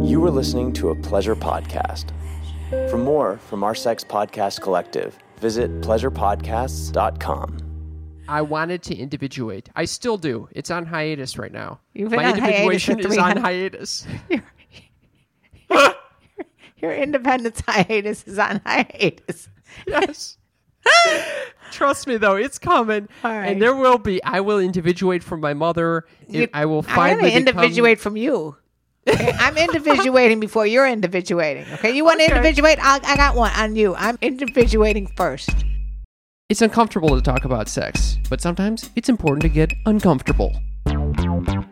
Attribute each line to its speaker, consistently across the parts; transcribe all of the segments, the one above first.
Speaker 1: You were listening to a pleasure podcast. For more from our sex podcast collective, visit pleasurepodcasts.com.
Speaker 2: I wanted to individuate. I still do. It's on hiatus right now.
Speaker 3: You've been
Speaker 2: My
Speaker 3: on hiatus for
Speaker 2: individuation is
Speaker 3: three
Speaker 2: on
Speaker 3: hun-
Speaker 2: hiatus.
Speaker 3: Your independence hiatus is on hiatus.
Speaker 2: yes. Trust me, though, it's coming.
Speaker 3: All right.
Speaker 2: And there will be. I will individuate from my mother. and
Speaker 3: You-
Speaker 2: I will
Speaker 3: I'm
Speaker 2: finally
Speaker 3: going to
Speaker 2: become-
Speaker 3: individuate from you. Okay? I'm individuating before you're individuating. Okay, you want to individuate? I, I got one on you. I'm individuating first.
Speaker 2: It's uncomfortable to talk about sex, but sometimes it's important to get uncomfortable.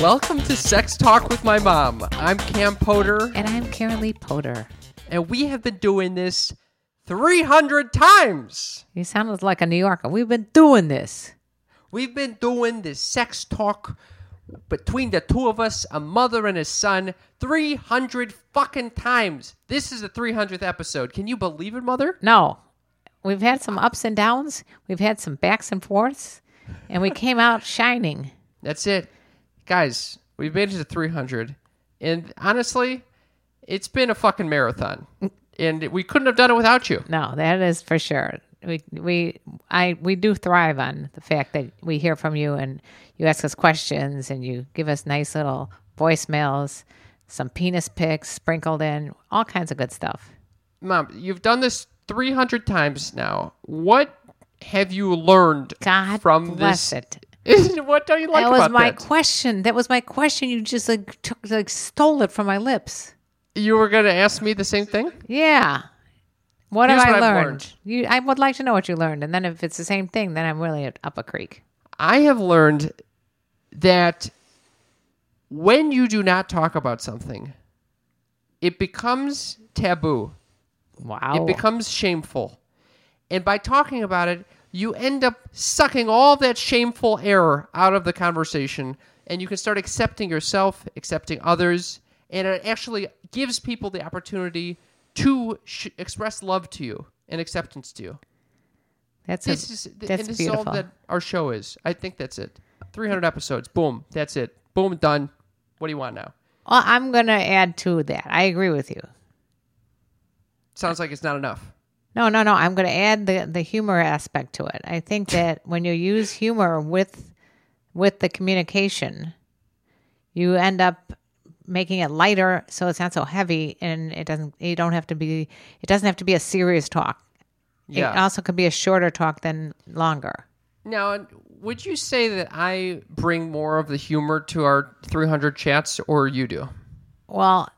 Speaker 2: Welcome to Sex Talk with My Mom. I'm Cam Potter,
Speaker 4: And I'm Karen Lee Potter.
Speaker 2: and we have been doing this 300 times.
Speaker 4: You sounded like a New Yorker. We've been doing this.
Speaker 2: We've been doing this sex talk between the two of us, a mother and a son, 300 fucking times. This is the 300th episode. Can you believe it, mother?
Speaker 4: No, we've had some ups and downs, we've had some backs and forths, and we came out shining.
Speaker 2: That's it. Guys, we've made it to 300. And honestly, it's been a fucking marathon. And we couldn't have done it without you.
Speaker 4: No, that is for sure. We we I we do thrive on the fact that we hear from you and you ask us questions and you give us nice little voicemails, some penis pics sprinkled in, all kinds of good stuff.
Speaker 2: Mom, you've done this 300 times now. What have you learned
Speaker 4: God
Speaker 2: from
Speaker 4: bless
Speaker 2: this?
Speaker 4: it.
Speaker 2: what don't you like
Speaker 4: that
Speaker 2: about
Speaker 4: was my
Speaker 2: that?
Speaker 4: question. That was my question. You just like took like stole it from my lips.
Speaker 2: you were going to ask me the same thing?
Speaker 4: Yeah. What
Speaker 2: Here's
Speaker 4: have
Speaker 2: what
Speaker 4: I
Speaker 2: I've
Speaker 4: learned?
Speaker 2: learned.
Speaker 4: You, I would like to know what you learned, and then if it's the same thing, then I'm really up a creek.
Speaker 2: I have learned that when you do not talk about something, it becomes taboo.
Speaker 4: Wow.
Speaker 2: It becomes shameful. And by talking about it, you end up sucking all that shameful error out of the conversation and you can start accepting yourself, accepting others, and it actually gives people the opportunity to sh- express love to you and acceptance to you.
Speaker 4: that's
Speaker 2: This
Speaker 4: a,
Speaker 2: is th-
Speaker 4: that's
Speaker 2: and this
Speaker 4: beautiful.
Speaker 2: is all that our show is. I think that's it. 300 episodes. Boom, that's it. Boom, done. What do you want now?
Speaker 4: Well, I'm going to add to that. I agree with you.
Speaker 2: Sounds like it's not enough.
Speaker 4: No, no, no. I'm going to add the the humor aspect to it. I think that when you use humor with with the communication, you end up making it lighter so it's not so heavy and it doesn't you don't have to be it doesn't have to be a serious talk. It
Speaker 2: Yeah.
Speaker 4: also could be a shorter talk than longer.
Speaker 2: Now, would you say that I bring more of the humor to our 300 chats, or you do?
Speaker 4: Well,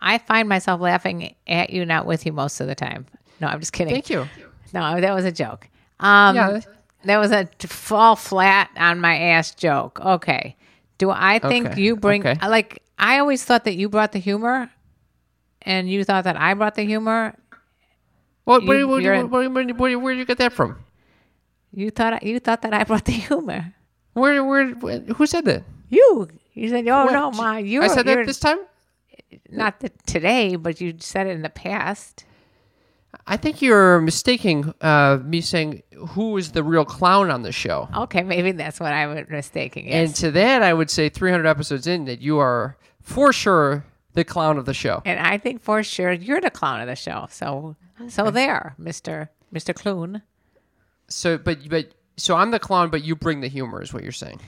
Speaker 4: I find myself laughing at you, not with you, most of the time. No, I'm just kidding.
Speaker 2: Thank you.
Speaker 4: No, that was a joke. Um,
Speaker 2: Yeah.
Speaker 4: That was a t- fall flat on my ass joke. Okay. Do I think
Speaker 2: Okay,
Speaker 4: you bring,
Speaker 2: okay.
Speaker 4: I like, I always thought that you brought the humor and you thought that I brought the humor.
Speaker 2: What, what,
Speaker 4: You-
Speaker 2: what,
Speaker 4: you're
Speaker 2: what,
Speaker 4: in-
Speaker 2: what, what, where, where do you get that from?
Speaker 4: You thought, you thought that I brought the humor.
Speaker 2: Where, where, where who said that?
Speaker 4: You, you said, oh no,
Speaker 2: What?
Speaker 4: Ma, you
Speaker 2: I said
Speaker 4: you're,
Speaker 2: that this time.
Speaker 4: not the, today, but you said it in the past.
Speaker 2: I think you're mistaking uh, me saying who is the real clown on the show.
Speaker 4: Okay. Maybe that's what I was mistaking. Yes.
Speaker 2: And to that, I would say 300 episodes in that you are for sure the clown of the show.
Speaker 4: And I think for sure you're the clown of the show. So so there, Mr. Mr. Clune.
Speaker 2: So, but but so I'm the clown, but you bring the humor, is what you're saying.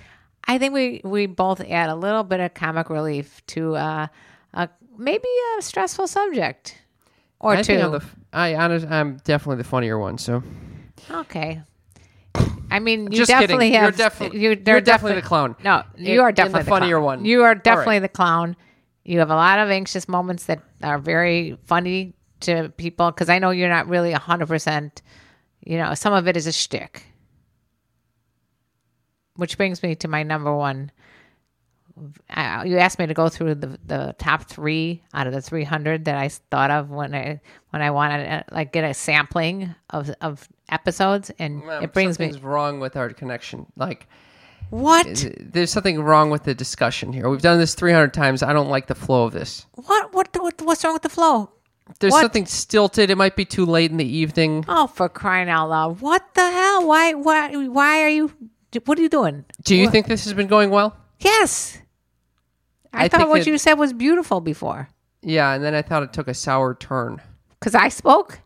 Speaker 4: I think we we both add a little bit of comic relief to uh, a maybe a stressful subject or
Speaker 2: I
Speaker 4: two.
Speaker 2: think I'm the, f- I honest, I'm definitely the funnier one. So.
Speaker 4: okay. I mean, you
Speaker 2: Just kidding.
Speaker 4: definitely
Speaker 2: You're
Speaker 4: have.
Speaker 2: defi-
Speaker 4: you're,
Speaker 2: you're definitely
Speaker 4: defi-
Speaker 2: the clown.
Speaker 4: No, you
Speaker 2: And-
Speaker 4: are
Speaker 2: and the
Speaker 4: definitely the
Speaker 2: funnier
Speaker 4: clown.
Speaker 2: one.
Speaker 4: You
Speaker 2: All
Speaker 4: are
Speaker 2: right.
Speaker 4: definitely the clown. You have a lot of anxious moments that are very funny to people because I know you're not really hundred percent. You know, some of it is a shtick. Which brings me to my number one I, you asked me to go through the, the top three out of the 300 that I s- thought of when I when I wanted uh, like get a sampling of of episodes, and
Speaker 2: Um,
Speaker 4: it brings me
Speaker 2: something's wrong with our connection. Like
Speaker 4: what
Speaker 2: there's something wrong with the discussion here. We've done this 300 times. I don't like the flow of this.
Speaker 4: what what what what's wrong with the flow?
Speaker 2: There's
Speaker 4: What?
Speaker 2: something stilted. It might be too late in the evening.
Speaker 4: Oh, for crying out loud! What the hell? Why why why are you? What are you doing?
Speaker 2: Do you think this has been going well?
Speaker 4: Yes, I,
Speaker 2: I
Speaker 4: thought
Speaker 2: think
Speaker 4: what
Speaker 2: that-
Speaker 4: you said was beautiful before
Speaker 2: Yeah, and then I thought it took a sour turn.
Speaker 4: because I spoke.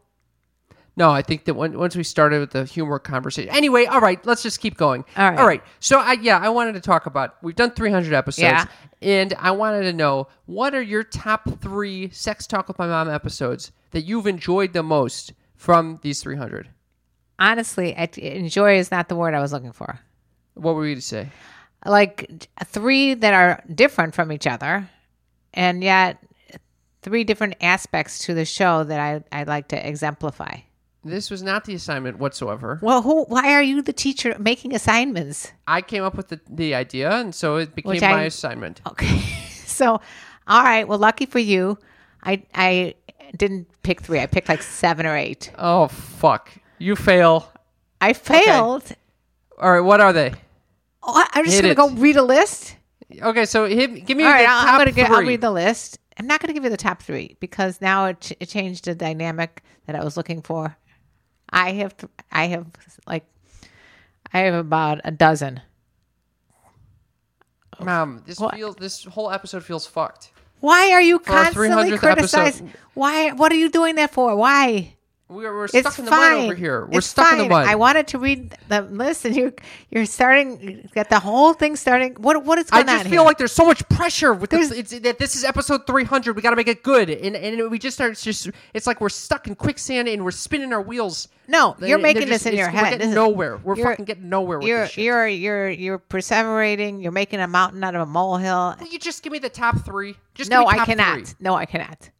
Speaker 2: No, I think that when, once we started with the humor conversation. Anyway, all right, let's just keep going.
Speaker 4: All right.
Speaker 2: All right. So I yeah, I wanted to talk about we've done 300 episodes
Speaker 4: Yeah.
Speaker 2: and I wanted to know what are your top 3 sex talk with my mom episodes that you've enjoyed the most from these 300?
Speaker 4: Honestly, I, enjoy is not the word I was looking for.
Speaker 2: What were you to say?
Speaker 4: like three that are different from each other and yet three different aspects to the show that I, I like to exemplify.
Speaker 2: This was not the assignment whatsoever.
Speaker 4: Well, who why are you the teacher making assignments?
Speaker 2: I came up with the, the idea and so it became
Speaker 4: Which I-
Speaker 2: my assignment.
Speaker 4: Okay. so, all right, well lucky for you, I I didn't pick 3. I picked like 7 or 8.
Speaker 2: Oh fuck. You fail.
Speaker 4: I failed.
Speaker 2: All right, what are they?
Speaker 4: Oh, I- I'm just
Speaker 2: Hit
Speaker 4: going to go
Speaker 2: it.
Speaker 4: read a list.
Speaker 2: Okay, so hit, give me
Speaker 4: All
Speaker 2: the
Speaker 4: right, I'll-
Speaker 2: top
Speaker 4: I'm gonna get. I'll
Speaker 2: 3.
Speaker 4: read the list. I'm not gonna give you the top three because now it, ch- it changed the dynamic that I was looking for. I have, th- I have like, I have about a dozen.
Speaker 2: Mom, this
Speaker 4: What?
Speaker 2: feels this whole episode feels fucked.
Speaker 4: Why are you
Speaker 2: our
Speaker 4: constantly
Speaker 2: 300th episode.
Speaker 4: criticizing? Why? What are you doing that for? Why?
Speaker 2: We're, we're stuck
Speaker 4: It's
Speaker 2: in the
Speaker 4: fine.
Speaker 2: mud over here. We're
Speaker 4: It's
Speaker 2: stuck in the
Speaker 4: fine.
Speaker 2: mud.
Speaker 4: I wanted to read the list, and you're you're starting you got the whole thing starting. What what is
Speaker 2: I
Speaker 4: going on
Speaker 2: just feel
Speaker 4: here?
Speaker 2: like there's so much pressure with this.
Speaker 4: There's-
Speaker 2: It's, that this is episode 300. We got to make it good, and and we just start. It's just it's like we're stuck in quicksand and we're spinning our wheels.
Speaker 4: No,
Speaker 2: And they're
Speaker 4: you're making
Speaker 2: just-
Speaker 4: this in
Speaker 2: it's-
Speaker 4: your
Speaker 2: We're
Speaker 4: head.
Speaker 2: getting
Speaker 4: This is-
Speaker 2: nowhere. We're
Speaker 4: you're-
Speaker 2: fucking getting nowhere with
Speaker 4: you're
Speaker 2: this shit.
Speaker 4: you're you're you're perseverating. You're making a mountain out of a molehill.
Speaker 2: Will you just give me the top three? Just
Speaker 4: No,
Speaker 2: give me
Speaker 4: I
Speaker 2: top
Speaker 4: cannot.
Speaker 2: Three.
Speaker 4: No, I cannot.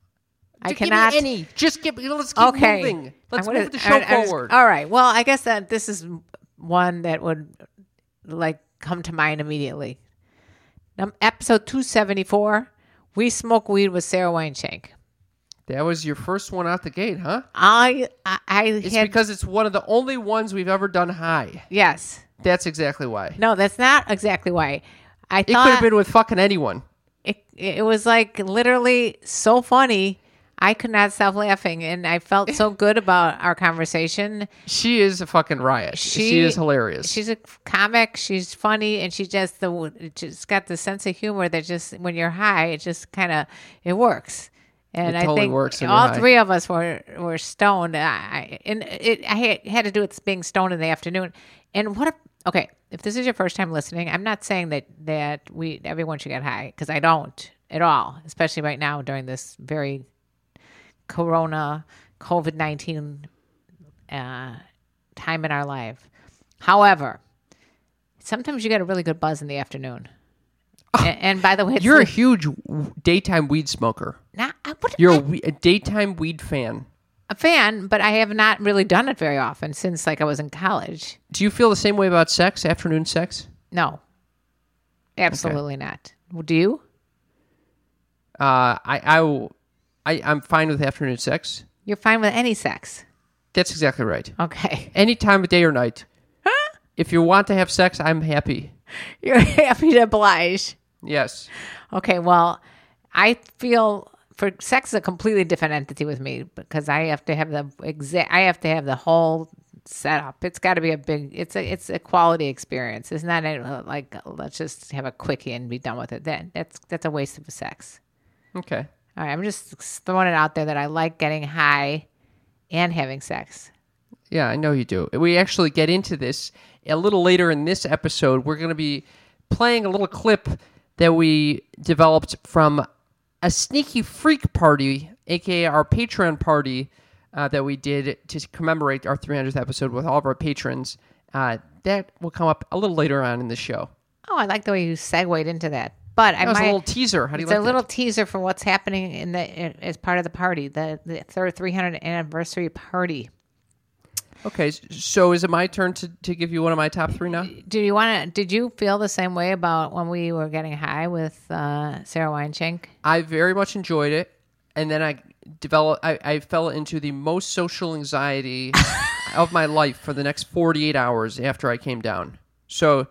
Speaker 4: I
Speaker 2: Just give me
Speaker 4: cannot.
Speaker 2: any. Just give. Let's keep
Speaker 4: okay.
Speaker 2: moving. Let's
Speaker 4: I'm gonna-
Speaker 2: move the show
Speaker 4: I- I just-
Speaker 2: forward.
Speaker 4: all right. Well, I guess that this is one that would like come to mind immediately. Um, episode two seventy four. We smoke weed with Sarah Weinshank.
Speaker 2: that was your first one out the gate, huh?
Speaker 4: I I, I
Speaker 2: It's
Speaker 4: had
Speaker 2: because it's one of the only ones we've ever done high.
Speaker 4: yes.
Speaker 2: That's exactly why.
Speaker 4: No, that's not exactly why. I
Speaker 2: It could
Speaker 4: thought
Speaker 2: have been with fucking anyone.
Speaker 4: it, it was like literally so funny. I could not stop laughing, and I felt so good about our conversation.
Speaker 2: She is a fucking riot. She,
Speaker 4: She-
Speaker 2: is hilarious.
Speaker 4: She's a comic. She's funny, and she just the just got the sense of humor that just when you're high, it just kind of it works. And
Speaker 2: It
Speaker 4: I
Speaker 2: totally
Speaker 4: think
Speaker 2: works when you're
Speaker 4: all
Speaker 2: high.
Speaker 4: three of us were were stoned. I- I, and it I had, had to do with being stoned in the afternoon. And what a, okay, if this is your first time listening, I'm not saying that that we everyone should get high because I don't at all, especially right now during this very corona COVID 19 uh, time in our life. However, sometimes you get a really good buzz in the afternoon. A- and, by the way, it's
Speaker 2: You're a huge w- daytime weed smoker.
Speaker 4: not, I- what,
Speaker 2: You're a,
Speaker 4: I'm
Speaker 2: we- a daytime weed fan.
Speaker 4: a fan, but I have not really done it very often since like I was in college.
Speaker 2: Do you feel the same way about sex, afternoon sex?
Speaker 4: No, absolutely not. Do you?
Speaker 2: Uh, I, I, will- I, I'm fine with afternoon sex.
Speaker 4: You're fine with any sex.
Speaker 2: That's exactly right.
Speaker 4: Okay.
Speaker 2: Any time of day or night. If you want to have sex, I'm happy.
Speaker 4: You're happy to oblige.
Speaker 2: Yes.
Speaker 4: Okay, well, I feel for sex is a completely different entity with me because I have to have the exact. I have to have the whole setup. It's got to be a big. It's a it's a quality experience. It's not a, like let's just have a quickie and be done with it. That that's that's a waste of sex.
Speaker 2: Okay.
Speaker 4: All right, I'm just throwing it out there that I like getting high and having sex.
Speaker 2: Yeah, I know you do. We actually get into this a little later in this episode. We're going to be playing a little clip that we developed from a sneaky freak party, aka our Patreon party uh, that we did to commemorate our 300th episode with all of our patrons. Uh, that will come up a little later on in the show.
Speaker 4: Oh, I like the way you segued into that. But I
Speaker 2: That was
Speaker 4: might,
Speaker 2: a little teaser. How do you
Speaker 4: It's
Speaker 2: like
Speaker 4: a
Speaker 2: that?
Speaker 4: little teaser for what's happening in the as part of the party, the the third 300 anniversary party.
Speaker 2: Okay, s- so is it my turn to, to give you one of my top three now?
Speaker 4: Do you want to? Did you feel the same way about when we were getting high with uh, Sarah Weinschenk?
Speaker 2: I very much enjoyed it, and then I developed. I, I fell into the most social anxiety of my life for the next forty eight hours after I came down. So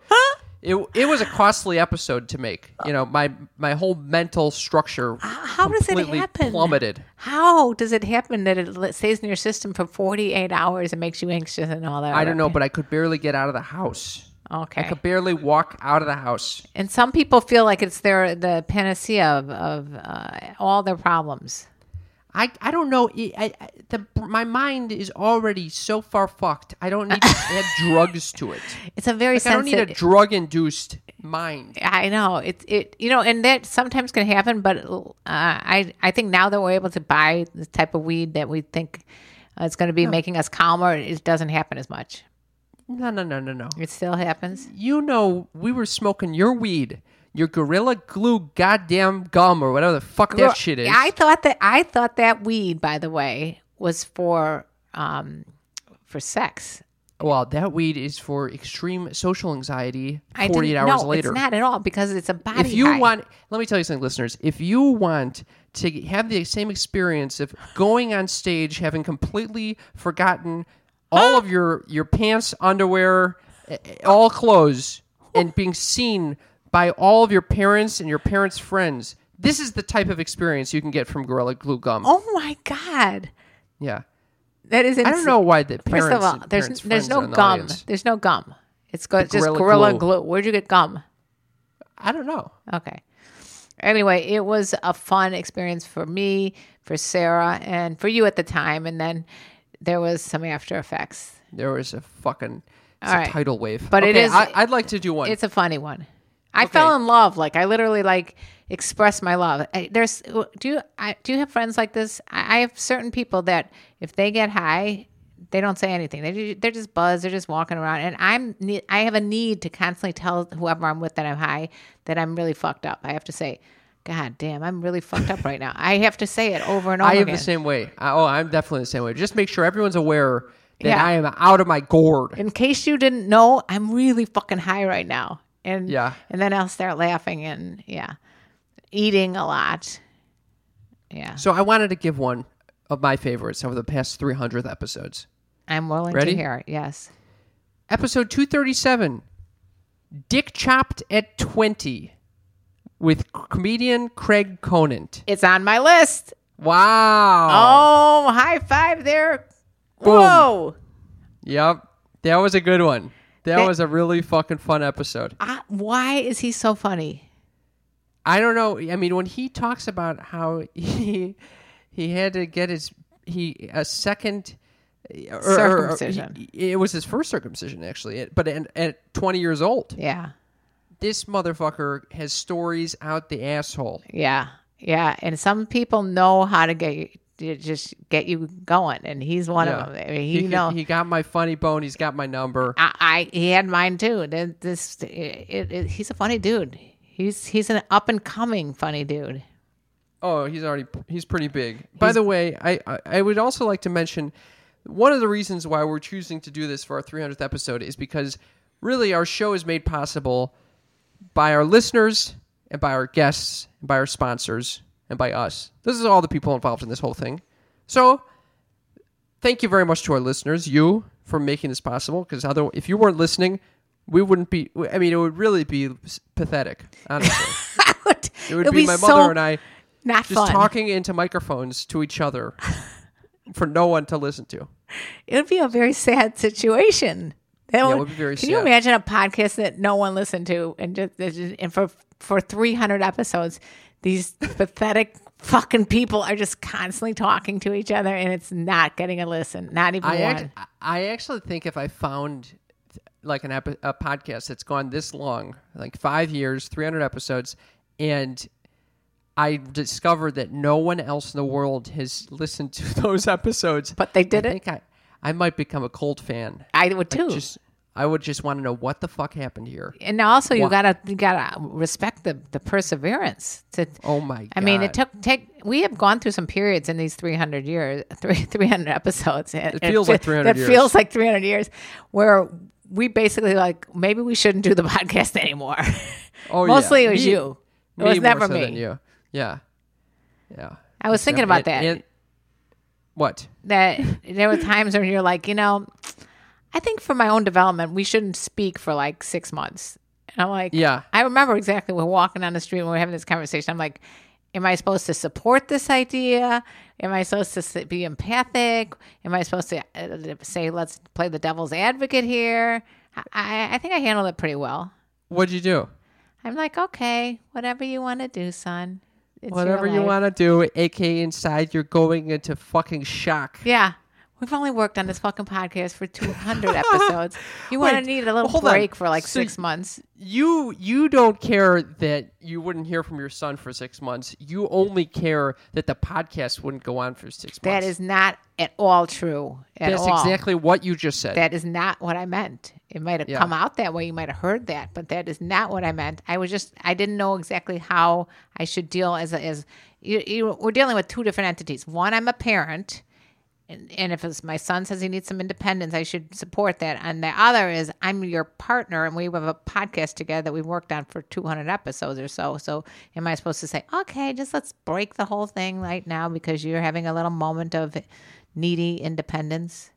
Speaker 2: it it was a costly episode to make. You know, my my whole mental structure
Speaker 4: Ah, How does it
Speaker 2: completely
Speaker 4: happen?
Speaker 2: plummeted.
Speaker 4: How does it happen that it li- stays in your system for 48 hours and makes you anxious and all that?
Speaker 2: I don't know, but I could barely get out of the house.
Speaker 4: Okay.
Speaker 2: I could barely walk out of the house.
Speaker 4: and some people feel like it's their the panacea of, of uh, all their problems.
Speaker 2: I, I don't know. I, I, I- the, my mind is already so far fucked. I don't need to add drugs to it.
Speaker 4: It's a very
Speaker 2: Like, I don't need a
Speaker 4: sensitive.
Speaker 2: drug induced mind.
Speaker 4: I know it's it you know, and that sometimes can happen. But uh, I I think now that we're able to buy the type of weed that we think uh, is going to be making us calmer, it doesn't happen as much.
Speaker 2: No, no, no, no, no.
Speaker 4: It still happens.
Speaker 2: You know, we were smoking your weed, your Gorilla Glue goddamn gum or whatever the fuck that shit is.
Speaker 4: I thought that I thought that weed, by the way, was for um for sex.
Speaker 2: well, that weed is for extreme social anxiety
Speaker 4: I
Speaker 2: 48
Speaker 4: didn't-
Speaker 2: hours
Speaker 4: no,
Speaker 2: later.
Speaker 4: it's not at all because it's a body.
Speaker 2: if you
Speaker 4: high.
Speaker 2: want let me tell you something listeners if you want to have the same experience of going on stage having completely forgotten all of your your pants underwear eh, eh, all clothes and being seen by all of your parents and your parents friends this is the type of experience you can get from gorilla glue gum
Speaker 4: oh my god,
Speaker 2: yeah
Speaker 4: that is.
Speaker 2: i don't know why the parents
Speaker 4: First of all,
Speaker 2: and
Speaker 4: there's
Speaker 2: parents'
Speaker 4: there's
Speaker 2: friends
Speaker 4: no
Speaker 2: are in the
Speaker 4: gum.
Speaker 2: audience.
Speaker 4: There's no gum. It's go, just
Speaker 2: Gorilla
Speaker 4: gorilla,
Speaker 2: Glue.
Speaker 4: glue. Where'd you get gum?
Speaker 2: i don't know
Speaker 4: Okay. Anyway, it was a fun experience for me, for Sarah, and for you at the time. And then there was some after effects.
Speaker 2: there was a fucking it's
Speaker 4: All
Speaker 2: a
Speaker 4: right.
Speaker 2: tidal wave
Speaker 4: But it
Speaker 2: Okay,
Speaker 4: is-
Speaker 2: I, i'd like to do one
Speaker 4: It's a funny one. I fell in love. Like I literally like expressed my love. I, there's do you I, do you have friends like this? I, I have certain people that if they get high, they don't say anything. They ju- they're just buzzed. They're just walking around. And I'm ne- I have a need to constantly tell whoever I'm with that I'm high that I'm really fucked up. I have to say. God damn, I'm really fucked up right now. I have to say it over and over
Speaker 2: I am
Speaker 4: again.
Speaker 2: the same way. I, oh, I'm definitely the same way. Just make sure everyone's aware that
Speaker 4: Yeah.
Speaker 2: I am out of my gourd.
Speaker 4: in case you didn't know, I'm really fucking high right now. And
Speaker 2: Yeah.
Speaker 4: and then I'll start laughing and yeah, eating a lot. Yeah,
Speaker 2: So I wanted to give one of my favorites over the past 300 episodes.
Speaker 4: I'm willing
Speaker 2: Ready?
Speaker 4: to hear it. Yes.
Speaker 2: Episode 237 Dick Chopped at 20 with comedian Craig Conant.
Speaker 4: It's on my list.
Speaker 2: Wow.
Speaker 4: Oh, high five there.
Speaker 2: Boom.
Speaker 4: Whoa.
Speaker 2: Yep. That was a good one. That was a really fucking fun episode.
Speaker 4: Ah, why is he so funny?
Speaker 2: I don't know. I mean, when he talks about how he he had to get his he a second or- or- or-
Speaker 4: Circumcision.
Speaker 2: he- it was his first circumcision actually, it- but at, at 20 years old,
Speaker 4: Yeah.
Speaker 2: this motherfucker has stories out the asshole.
Speaker 4: Yeah. Yeah. And some people know how to get you to just get you going, and he's one
Speaker 2: Yeah.
Speaker 4: of them. I mean, he,
Speaker 2: he,
Speaker 4: know
Speaker 2: he got my funny bone. He's got my number.
Speaker 4: I, I he had mine too. Then This it, it, he's a funny dude. He's he's an up and coming funny dude.
Speaker 2: Oh, he's already he's pretty big. By the way, I, I I would also like to mention one of the reasons why we're choosing to do this for our 300th episode is because really our show is made possible by our listeners and by our guests and by our sponsors and by us. This is all the people involved in this whole thing. So, thank you very much to our listeners, you for making this possible because other if you weren't listening, we wouldn't be I mean it would really be pathetic, honestly.
Speaker 4: it
Speaker 2: It would be, my mother and I
Speaker 4: not
Speaker 2: just
Speaker 4: fun.
Speaker 2: talking into microphones to each other for no one to listen to.
Speaker 4: It would be a very sad situation. That
Speaker 2: it would be very
Speaker 4: can you
Speaker 2: sad.
Speaker 4: imagine a podcast that no one listened to and just and for for three hundred episodes, these pathetic fucking people are just constantly talking to each other and it's not getting a listen, not even
Speaker 2: I
Speaker 4: one.
Speaker 2: act- I actually think if I found like an epi- a podcast that's gone this long, like five years, three hundred episodes, and I discovered that no one else in the world has listened to those episodes,
Speaker 4: But they did
Speaker 2: I
Speaker 4: it?
Speaker 2: Think I, I might become a cold fan.
Speaker 4: I would too.
Speaker 2: Just I would just want to know what the fuck happened here.
Speaker 4: And also, you
Speaker 2: Wha-
Speaker 4: gotta you gotta respect the the perseverance. To
Speaker 2: Oh my god.
Speaker 4: I mean, it took take. We have gone through some periods in these three hundred years, three three hundred episodes. and- and
Speaker 2: feels like 300
Speaker 4: That
Speaker 2: years.
Speaker 4: feels like three hundred years, where we basically like maybe we shouldn't do the podcast anymore.
Speaker 2: Oh, yeah.
Speaker 4: mostly it was
Speaker 2: Me-
Speaker 4: you. It
Speaker 2: me
Speaker 4: was
Speaker 2: more
Speaker 4: never
Speaker 2: so
Speaker 4: me.
Speaker 2: Than you. Yeah. Yeah.
Speaker 4: I was thinking
Speaker 2: And-
Speaker 4: about that.
Speaker 2: and- what?
Speaker 4: that there were times when you're like, you know, I think for my own development, we shouldn't speak for like six months. And I'm like,
Speaker 2: Yeah.
Speaker 4: I remember exactly. We're walking down the street and we're having this conversation. I'm like, am I supposed to support this idea? Am I supposed to s- be empathic? Am I supposed to uh, say, let's play the devil's advocate here? I- I, I think I handled it pretty well.
Speaker 2: What'd you do?
Speaker 4: I'm like, okay, whatever you want to do, son. It's your
Speaker 2: Whatever you
Speaker 4: life."
Speaker 2: want to do, aka inside, you're going into fucking shock.
Speaker 4: Yeah. We've only worked on this fucking podcast for 200 episodes. You want to
Speaker 2: Wait,
Speaker 4: need a little
Speaker 2: hold on.
Speaker 4: break for like
Speaker 2: So
Speaker 4: six months.
Speaker 2: You you don't care that you wouldn't hear from your son for six months. You only care that the podcast wouldn't go on for six months.
Speaker 4: That is not at all true. At
Speaker 2: That's
Speaker 4: all.
Speaker 2: exactly what you just said.
Speaker 4: That is not what I meant. It might have
Speaker 2: Yeah.
Speaker 4: come out that way. You might have heard that, but that is not what I meant. I was just, I didn't know exactly how I should deal as, a, as you, you, we're dealing with two different entities. One, I'm a parent. And, and if it's, my son says he needs some independence, I should support that. And the other is I'm your partner, and we have a podcast together that we've worked on for 200 episodes or so. So am I supposed to say, okay, just let's break the whole thing right now because you're having a little moment of needy independence?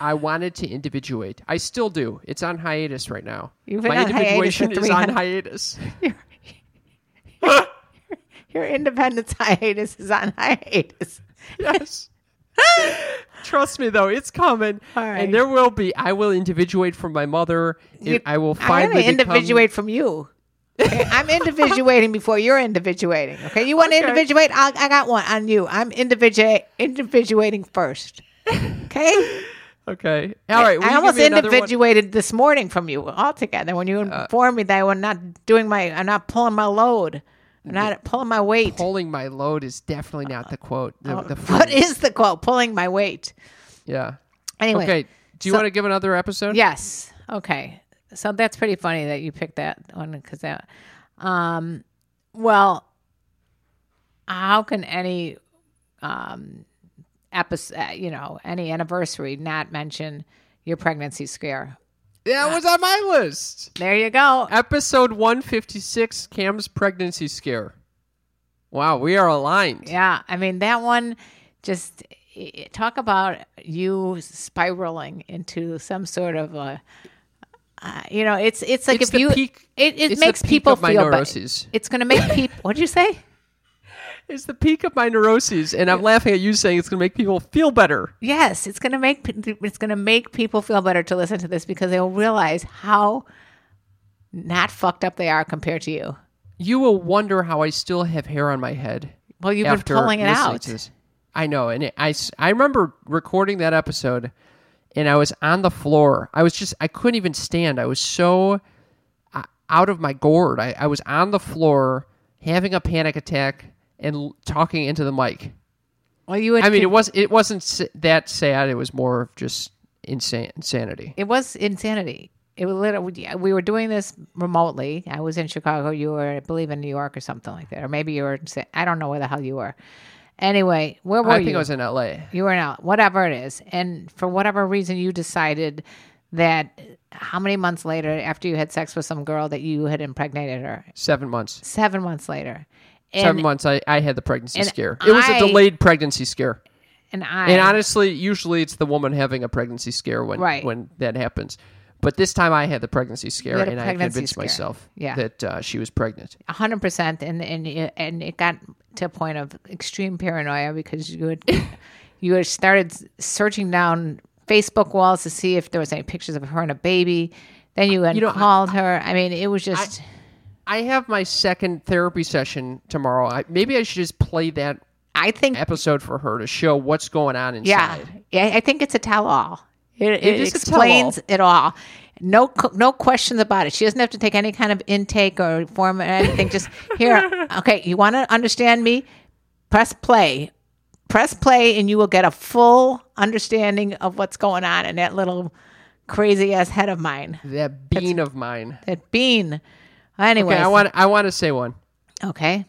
Speaker 2: I wanted to individuate. I still do. It's on hiatus right now.
Speaker 4: You've been
Speaker 2: My
Speaker 4: on hiatus
Speaker 2: individuation
Speaker 4: for
Speaker 2: is on
Speaker 4: 300
Speaker 2: hiatus.
Speaker 4: Your independence hiatus is on hiatus.
Speaker 2: yes. Trust me, though, it's coming,
Speaker 4: All right.
Speaker 2: and there will be. I will individuate from my mother.
Speaker 4: You-
Speaker 2: I will
Speaker 4: I'm
Speaker 2: finally
Speaker 4: going to
Speaker 2: become-
Speaker 4: individuate from you.
Speaker 3: Okay, I'm individuating before you're individuating. Okay, you want to individuate? I, I got one on you. I'm individu- individuating first. Okay,
Speaker 2: Okay. All right. will
Speaker 4: I
Speaker 2: you give
Speaker 4: almost
Speaker 2: me another one? Uh.
Speaker 4: individuated this morning from you altogether when you informed me that I was not doing my, I'm not pulling my load, I'm not pulling my weight.
Speaker 2: Pulling my load is definitely not the quote. The, the
Speaker 4: Oh, what
Speaker 2: phrase.
Speaker 4: is the quote? Pulling my weight.
Speaker 2: Yeah.
Speaker 4: Anyway.
Speaker 2: Okay. Do you want to give another episode?
Speaker 4: Yes. Okay. So that's pretty funny that you picked that one because that. Um, well, how can any um, episode, you know, any anniversary not mention your pregnancy scare?
Speaker 2: That was on my list.
Speaker 4: There you go.
Speaker 2: Episode 156 Cam's pregnancy scare. Wow, we are aligned.
Speaker 4: Yeah, I mean that one just i- talk about you spiraling into some sort of a uh, you know, it's it's like
Speaker 2: It's
Speaker 4: if
Speaker 2: the
Speaker 4: you
Speaker 2: peak-
Speaker 4: it, it
Speaker 2: it's the
Speaker 4: makes
Speaker 2: peak
Speaker 4: people
Speaker 2: of my
Speaker 4: feel bad.
Speaker 2: neuroses.
Speaker 4: It's going to make people What did you say?
Speaker 2: It's the peak of my neuroses, and I'm laughing at you saying it's going to make people feel better.
Speaker 4: Yes, it's going to make p- it's going to make people feel better to listen to this because they'll realize how not fucked up they are compared to you.
Speaker 2: You will wonder how I still have hair on my head.
Speaker 4: Well, you've been
Speaker 2: after
Speaker 4: pulling it
Speaker 2: listening
Speaker 4: out.
Speaker 2: to this. I know, and it, I s- I remember recording that episode, and I was on the floor. I was just I couldn't even stand. I was so uh, out of my gourd. I, I was on the floor having a panic attack and l- talking into the mic.
Speaker 4: Well, you would
Speaker 2: I mean, it was it wasn't s- that sad. It was more of just insane insanity.
Speaker 4: it was insanity. It was literally yeah, we were doing this remotely. I was in Chicago. You were, I believe, in New York or something like that, or maybe you were. in Sa- I don't know where the hell you were. Anyway, where were
Speaker 2: I
Speaker 4: you?
Speaker 2: think I was in L.A.
Speaker 4: you were in L. Whatever it is, and for whatever reason, you decided that how many months later, after you had sex with some girl, that you had impregnated her.
Speaker 2: seven months.
Speaker 4: Seven months later, and
Speaker 2: Seven months. I, I had the pregnancy
Speaker 4: and
Speaker 2: scare. It was a
Speaker 4: I-
Speaker 2: delayed pregnancy scare.
Speaker 4: and I
Speaker 2: And honestly, usually it's the woman having a pregnancy scare when
Speaker 4: Right.
Speaker 2: when that happens. But this time I had the pregnancy scare,
Speaker 4: had a
Speaker 2: and I
Speaker 4: pregnancy
Speaker 2: convinced
Speaker 4: scare.
Speaker 2: myself
Speaker 4: Yeah.
Speaker 2: that uh, she was pregnant.
Speaker 4: A hundred percent, and and it- and it got to a point of extreme paranoia because you had you had started searching down Facebook walls to see if there was any pictures of her and a baby. Then you had
Speaker 2: You know, I-
Speaker 4: called her. I mean, it was just
Speaker 2: I have my second therapy session tomorrow. I, maybe I should just play that
Speaker 4: I, think
Speaker 2: episode for her to show what's going on
Speaker 4: yeah,
Speaker 2: inside.
Speaker 4: yeah, I think it's a tell-all. It, it,
Speaker 2: is a
Speaker 4: explains it all. No, co- no questions about it. She doesn't have to take any kind of intake or form or anything. Just here, okay. You want to understand me? Press play. press play and you will get a full understanding of what's going on in that little crazy ass head of mine.
Speaker 2: That bean of mine.
Speaker 4: That bean. Anyway,
Speaker 2: Okay, I want I want to say one.
Speaker 4: Okay.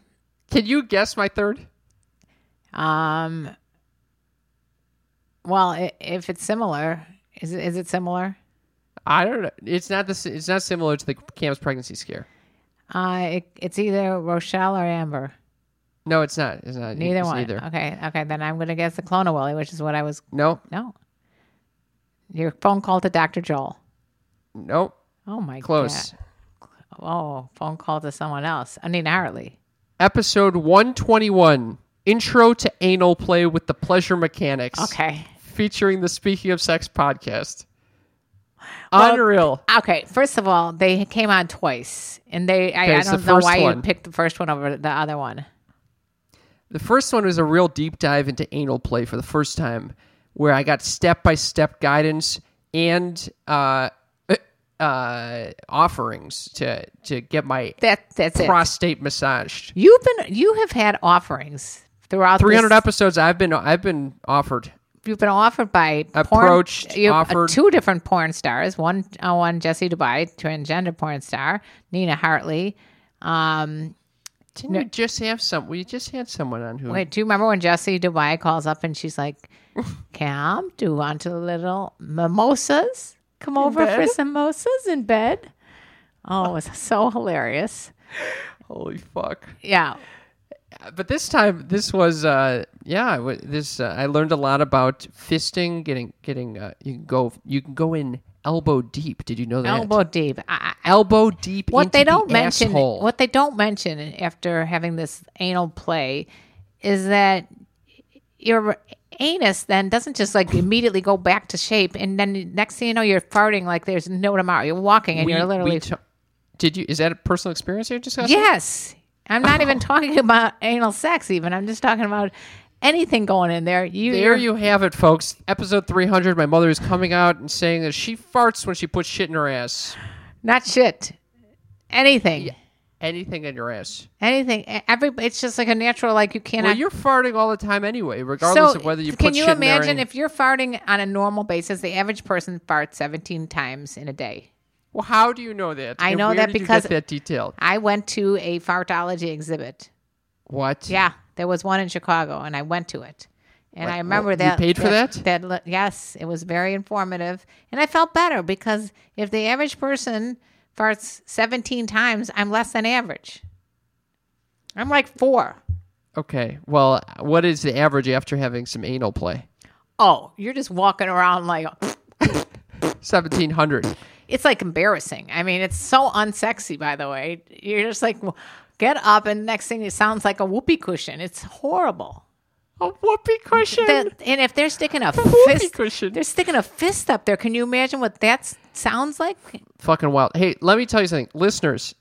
Speaker 2: Can you guess my third?
Speaker 4: Um. Well, i- if it's similar, is it, is it similar?
Speaker 2: I don't know. It's not this. It's not similar to the Cam's pregnancy scare.
Speaker 4: Uh, it, it's either Rochelle or Amber.
Speaker 2: No, it's not. It's not.
Speaker 4: Neither
Speaker 2: it's
Speaker 4: one.
Speaker 2: Neither.
Speaker 4: Okay. Okay. Then I'm gonna guess the Clona Willy, which is what I was.
Speaker 2: No.
Speaker 4: No. Your phone call to Dr. Joel.
Speaker 2: Nope.
Speaker 4: Oh my
Speaker 2: Close.
Speaker 4: God. Oh, phone call to someone else. I mean, Hartley.
Speaker 2: Episode one twenty one. Intro to anal play with the pleasure mechanics.
Speaker 4: Okay.
Speaker 2: Featuring the Speaking of Sex podcast. Unreal.
Speaker 4: Okay. First of all, they came on twice, and they. I,
Speaker 2: Okay,
Speaker 4: I
Speaker 2: it's the
Speaker 4: don't know
Speaker 2: first
Speaker 4: why
Speaker 2: one.
Speaker 4: you picked the first one over the other one.
Speaker 2: The first one was a real deep dive into anal play for the first time, where I got step by step guidance and uh, uh, offerings to to get my
Speaker 4: That that's it.
Speaker 2: prostate massaged.
Speaker 4: You've been you have had offerings throughout this-
Speaker 2: Three hundred episodes. I've been I've been offered.
Speaker 4: You've been offered by
Speaker 2: Approached,
Speaker 4: porn, you- uh,
Speaker 2: offered.
Speaker 4: two different porn stars. One uh, one Jesse Dubai, transgender porn star Nina Hartley. Um,
Speaker 2: Didn't we just have some? We just had someone on who.
Speaker 4: wait, do you remember when Jesse Dubai calls up and she's like, "Cam, do you want a little mimosas? Come over for some mimosas in bed." Oh, it was so hilarious.
Speaker 2: Holy fuck!
Speaker 4: Yeah,
Speaker 2: But this time, this was uh, yeah. I wa- This uh, I learned a lot about fisting. Getting getting uh, you can go you can go in elbow deep. Did you know that?
Speaker 4: elbow deep. I,
Speaker 2: elbow deep.
Speaker 4: what
Speaker 2: into
Speaker 4: they don't
Speaker 2: the
Speaker 4: mention
Speaker 2: asshole.
Speaker 4: what they don't mention after having this anal play is that your anus then doesn't just like immediately go back to shape and then next thing you know you're farting like there's no tomorrow you're walking and
Speaker 2: We-
Speaker 4: you're literally
Speaker 2: we ta- did you? Is that a personal experience you're discussing?
Speaker 4: yes i'm not
Speaker 2: Oh.
Speaker 4: even talking about anal sex even i'm just talking about anything going in there you
Speaker 2: There you have it, folks. Episode 300. My mother is coming out and saying that she farts when she puts shit in her ass.
Speaker 4: not shit anything
Speaker 2: Anything in your ass.
Speaker 4: anything E, every it's just like a natural like you cannot
Speaker 2: Well, you're farting all the time anyway, regardless of whether you
Speaker 4: can
Speaker 2: put
Speaker 4: you
Speaker 2: shit in there or
Speaker 4: imagine
Speaker 2: any-
Speaker 4: if you're farting on a normal basis the average person farts 17 times in a day
Speaker 2: Well, how do you know that?
Speaker 4: I
Speaker 2: And
Speaker 4: know
Speaker 2: where
Speaker 4: that
Speaker 2: did you
Speaker 4: because-
Speaker 2: get that detailed.
Speaker 4: i went to a fartology exhibit
Speaker 2: What?
Speaker 4: yeah there was one in chicago and i went to it and i remember
Speaker 2: you
Speaker 4: that
Speaker 2: paid for that?
Speaker 4: that li- yes it was very informative and i felt better because if the average person farts 17 times i'm less than average i'm like four
Speaker 2: Okay. Well, what is the average after having some anal play?
Speaker 4: Oh, you're just walking around like
Speaker 2: Seventeen hundred.
Speaker 4: it's like embarrassing. I mean, it's so unsexy, by the way. You're just like, w- get up, and next thing it sounds like a whoopee cushion. It's horrible.
Speaker 2: A whoopee cushion.
Speaker 4: The- and if they're sticking a
Speaker 2: whoopee
Speaker 4: fist,
Speaker 2: cushion.
Speaker 4: they're sticking a fist up there. Can you imagine what that s- sounds like?
Speaker 2: Fucking wild. Hey, let me tell you something, listeners.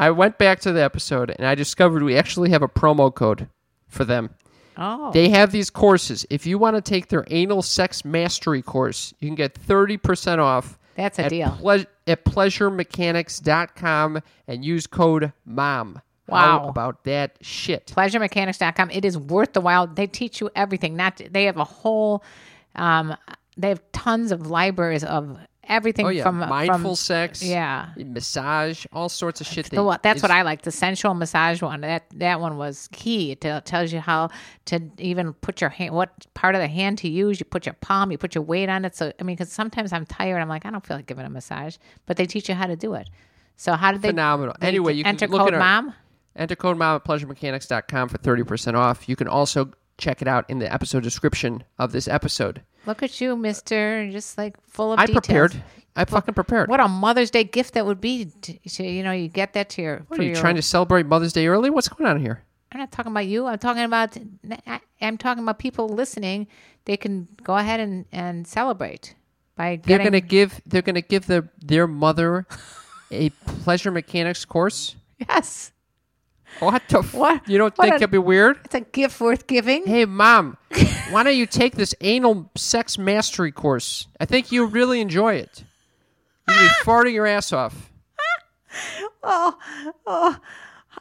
Speaker 2: I went back to the episode and I discovered we actually have a promo code for them.
Speaker 4: Oh,
Speaker 2: They have these courses. If you want to take their anal sex mastery course, you can get 30% off.
Speaker 4: That's a
Speaker 2: at
Speaker 4: deal.
Speaker 2: Ple- at pleasuremechanics.com and use code MOM. How
Speaker 4: Wow.
Speaker 2: about that shit?
Speaker 4: pleasuremechanics.com. It is worth the while. They teach you everything. Not they have a whole, um, they have tons of libraries of everything
Speaker 2: Oh, yeah.
Speaker 4: from
Speaker 2: Mindful
Speaker 4: from,
Speaker 2: sex.
Speaker 4: Yeah.
Speaker 2: Massage. All sorts of shit.
Speaker 4: The one- that's what
Speaker 2: it's-
Speaker 4: I like. The sensual massage one. That that one was key. It tell- tells you how to even put your hand, what part of the hand to use. You put your palm, you put your weight on it. So I mean, because sometimes I'm tired. I'm like, I don't feel like giving a massage, but they teach you how to do it. So how did they?
Speaker 2: Phenomenal.
Speaker 4: they
Speaker 2: Anyway, you can
Speaker 4: enter
Speaker 2: look
Speaker 4: code
Speaker 2: at our-
Speaker 4: mom.
Speaker 2: Enter code MOM at pleasuremechanics.com for 30% off. You can also check it out in the episode description of this episode.
Speaker 4: Look at you, Mister. Just like full of.
Speaker 2: I
Speaker 4: details.
Speaker 2: prepared. I fucking prepared.
Speaker 4: What a Mother's Day gift that would be. To, to, you know, you get that to your.
Speaker 2: What are you trying to celebrate Mother's Day early? What's going on here?
Speaker 4: I'm not talking about you. I'm talking about I- I'm talking about people listening. They can go ahead and, and celebrate by
Speaker 2: They're
Speaker 4: getting.
Speaker 2: gonna give they're gonna give their their mother a pleasure mechanics course.
Speaker 4: yes,
Speaker 2: What the f-
Speaker 4: What-
Speaker 2: You don't
Speaker 4: what
Speaker 2: think
Speaker 4: a-
Speaker 2: that'd be weird?
Speaker 4: it's a gift worth giving.
Speaker 2: Hey mom, why don't you take this anal sex mastery course? I think you really enjoy it. You'll be farting your ass off.
Speaker 4: Oh, oh,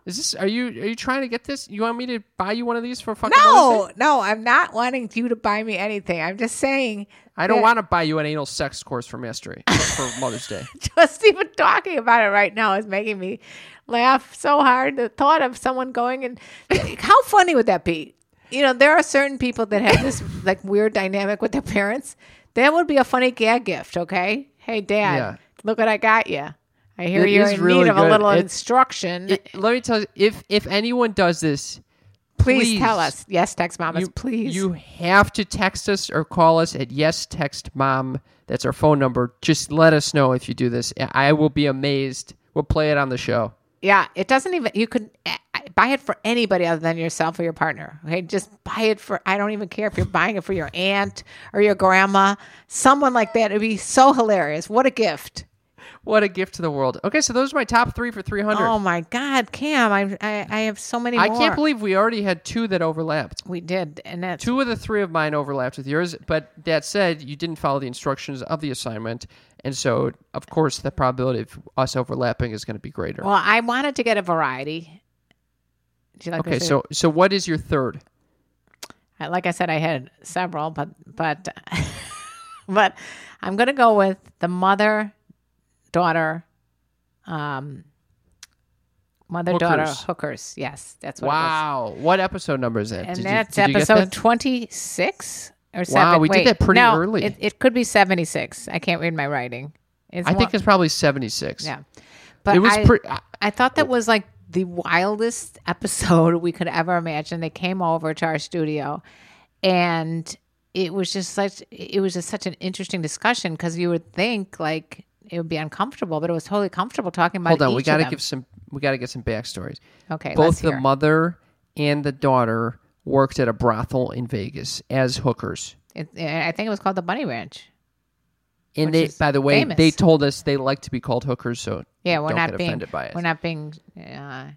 Speaker 2: Is this? Are you? Are you trying to get this? You want me to buy you one of these for fucking? Mother's
Speaker 3: No,
Speaker 2: Day?
Speaker 3: no, I'm not wanting you to buy me anything. I'm just saying,
Speaker 2: I don't want to buy you an anal sex course for mastery for Mother's Day.
Speaker 3: just even talking about it right now is making me laugh so hard. The thought of someone going and how funny would that be? You know, there are certain people that have this like weird dynamic with their parents. That would be a funny gag gift, okay? Hey, Dad,
Speaker 2: Yeah.
Speaker 3: look what I got you. I hear
Speaker 2: It
Speaker 3: you're
Speaker 2: is
Speaker 3: in
Speaker 2: really
Speaker 3: need of a
Speaker 2: good.
Speaker 3: little
Speaker 2: It's-
Speaker 3: instruction.
Speaker 2: It- let me tell you, if if anyone does this,
Speaker 3: please,
Speaker 2: please.
Speaker 3: tell us. Yes, text mamas,
Speaker 2: you
Speaker 3: please.
Speaker 2: you have to text us or call us at yes text mom. That's our phone number. Just let us know if you do this. I I will be amazed. We'll play it on the show.
Speaker 3: Yeah, it doesn't even. You could eh, buy it for anybody other than yourself or your partner. Okay, just buy it for. I don't even care if you're buying it for your aunt or your grandma, someone like that. It'd be so hilarious. What a gift!
Speaker 2: What a gift to the world. Okay, so those are my top three for three hundred.
Speaker 4: Oh my God, Cam! I I, I have so many.
Speaker 2: I
Speaker 4: more.
Speaker 2: can't believe we already had two that overlapped.
Speaker 4: we did, and that's
Speaker 2: Two of the three of mine overlapped with yours, but that said, you didn't follow the instructions of the assignment, and so of course the probability of us overlapping is going to be greater.
Speaker 4: well. I wanted to get a variety.
Speaker 3: Do you like
Speaker 2: okay,
Speaker 3: this?
Speaker 2: so so what is your third?
Speaker 4: I- Like I said, I had several, but but but I'm gonna go with the mother, daughter, um, mother daughter
Speaker 2: Hookers.
Speaker 4: hookers. Yes, that's what. It was.
Speaker 2: Wow, what episode number is that?
Speaker 4: And
Speaker 2: Did you-
Speaker 4: that's
Speaker 2: did you get
Speaker 4: episode
Speaker 2: that?
Speaker 4: 26 or 7.
Speaker 2: we did
Speaker 4: Wait,
Speaker 2: that pretty
Speaker 4: no,
Speaker 2: early.
Speaker 4: It, it could be 76. I can't read my writing. It's
Speaker 2: I think
Speaker 4: one-
Speaker 2: it's probably seventy six.
Speaker 4: yeah. But
Speaker 2: it was
Speaker 4: I,
Speaker 2: pretty. I,
Speaker 4: I thought that was like the wildest episode we could ever imagine. They came over to our studio and it was just such it was just such an interesting discussion because you would think like it would be uncomfortable, but it was totally comfortable talking about
Speaker 2: hold on,
Speaker 4: each
Speaker 2: we
Speaker 4: of
Speaker 2: got to
Speaker 4: them.
Speaker 2: give some. We got to get some backstories.
Speaker 4: Okay, let's
Speaker 2: Both
Speaker 4: hear
Speaker 2: the
Speaker 4: it.
Speaker 2: mother and the daughter worked at a brothel in Vegas as hookers.
Speaker 4: It- I think it was called the Bunny Ranch.
Speaker 2: And they,
Speaker 4: is
Speaker 2: by the way,
Speaker 4: famous.
Speaker 2: they told us they like to be called hookers, so
Speaker 4: Yeah, we're
Speaker 2: don't
Speaker 4: not
Speaker 2: get
Speaker 4: being
Speaker 2: offended by it.
Speaker 4: we're not being uh,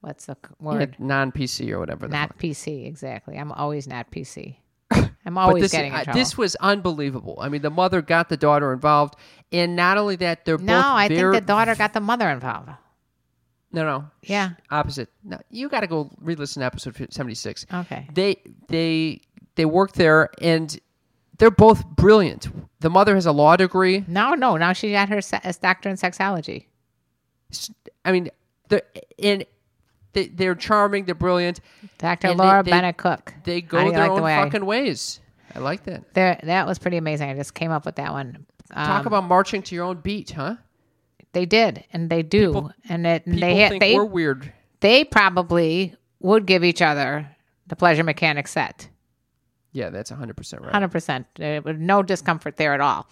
Speaker 4: what's the c-
Speaker 2: Yeah,
Speaker 4: word?
Speaker 2: non PC or whatever. the fuck.
Speaker 4: Not PC exactly. I'm always not PC. I'm
Speaker 2: But
Speaker 4: always
Speaker 2: this,
Speaker 4: getting in
Speaker 2: uh,
Speaker 4: trouble.
Speaker 2: this was unbelievable. I mean, the mother got the daughter involved, and not only that, they're
Speaker 4: no,
Speaker 2: both
Speaker 4: I
Speaker 2: very-
Speaker 4: think the daughter got the mother involved.
Speaker 2: No, no,
Speaker 4: Yeah.
Speaker 2: opposite. No, you got to go re-listen to episode seventy six.
Speaker 4: Okay.
Speaker 2: They they they work there, and they're both brilliant. The mother has a law degree.
Speaker 4: No, no. Now she got her se- a doctor in sexology.
Speaker 2: I mean, they're and they, they're charming. They're brilliant.
Speaker 4: Dr.
Speaker 2: And they-
Speaker 4: Laura
Speaker 2: they-
Speaker 4: Bennett Cook.
Speaker 2: They go
Speaker 4: I
Speaker 2: their
Speaker 4: like the
Speaker 2: own
Speaker 4: way I-
Speaker 2: fucking ways. I like that.
Speaker 4: There, that was pretty amazing. I just came up with that one. Um,
Speaker 2: Talk about marching to your own beat, huh?
Speaker 4: they did, and they do, and, it, and
Speaker 2: People
Speaker 4: they hit.
Speaker 2: think
Speaker 4: They
Speaker 2: we're weird.
Speaker 4: they probably would give each other the pleasure mechanic set.
Speaker 2: Yeah, that's hundred percent right.
Speaker 4: hundred percent. Uh, No discomfort there at all.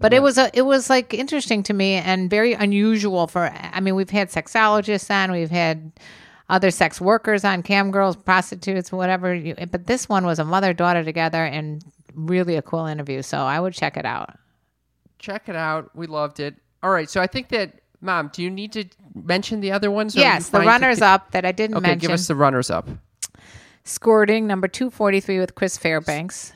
Speaker 4: But it was a, it was like interesting to me and very unusual for. I mean, we've had sexologists on, we've had other sex workers on, cam girls, prostitutes, whatever. You, but this one was a mother daughter together and really a cool interview. So I would check it out.
Speaker 2: check it out. We loved it. All right, so I think that mom, do you need to mention the other ones? or are you
Speaker 4: yes, the
Speaker 2: fine to
Speaker 4: runners
Speaker 2: ki-
Speaker 4: up that I didn't
Speaker 2: Okay,
Speaker 4: mention.
Speaker 2: give us the runners up.
Speaker 4: Squirting number two forty three with Chris Fairbanks.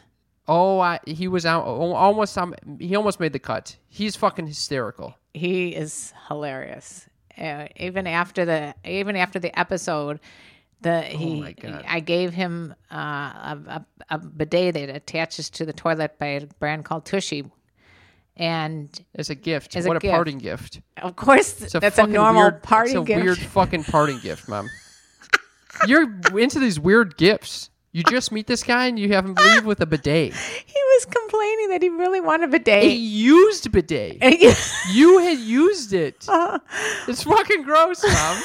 Speaker 2: Oh, I, he was out al- almost. Um, he almost made the cut. He's fucking hysterical.
Speaker 4: he is hilarious. Uh, even after the even after the episode, the he,
Speaker 2: Oh my God.
Speaker 4: I gave him uh, a, a a bidet that attaches to the toilet by a brand called Tushy, and
Speaker 2: It's a gift.
Speaker 4: As a
Speaker 2: what a,
Speaker 4: gift.
Speaker 2: parting gift.
Speaker 4: of course
Speaker 2: It's a
Speaker 4: that's a
Speaker 2: fucking
Speaker 4: normal
Speaker 2: weird,
Speaker 4: party
Speaker 2: It's a
Speaker 4: gift.
Speaker 2: weird fucking parting gift, mom. You're into these weird gifts. You just meet this guy and you have him leave with a bidet.
Speaker 4: He was complaining that he really wanted a bidet.
Speaker 2: He used bidet. You had used it.
Speaker 4: Uh-huh.
Speaker 2: It's fucking gross, mom.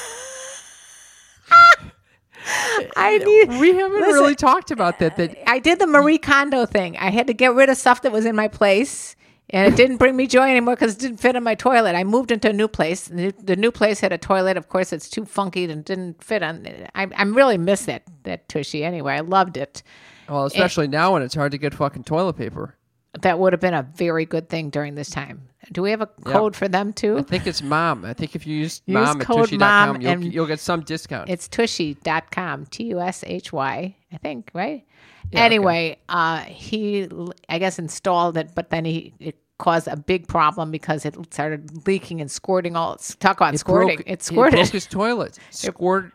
Speaker 4: I need.
Speaker 2: We haven't really talked about that. That
Speaker 4: I did the Marie Kondo thing. I had to get rid of stuff that was in my place, and it didn't bring me joy anymore because it didn't fit in my toilet. I moved into a new place. and The the new place had a toilet. Of course, it's too funky and didn't fit on. I, I really miss that that tushy anyway. I loved it.
Speaker 2: well, especially now when it's hard to get fucking toilet paper.
Speaker 4: That would have been a very good thing during this time. Do we have a code for them
Speaker 2: I
Speaker 4: too?
Speaker 2: think it's mom. I think if you use,
Speaker 4: Use
Speaker 2: mom at
Speaker 4: code
Speaker 2: tushy.com,
Speaker 4: mom
Speaker 2: you'll,
Speaker 4: and-
Speaker 2: you'll get some discount.
Speaker 4: It's tushy.com, T U S H Y, I think, right? anyway, uh, he, l- I guess, installed it, but then he, it caused a big problem because it started leaking and squirting all. Talk about squirting.
Speaker 2: Broke-
Speaker 4: it
Speaker 2: Broke
Speaker 4: squirted.
Speaker 2: his toilet. Squirt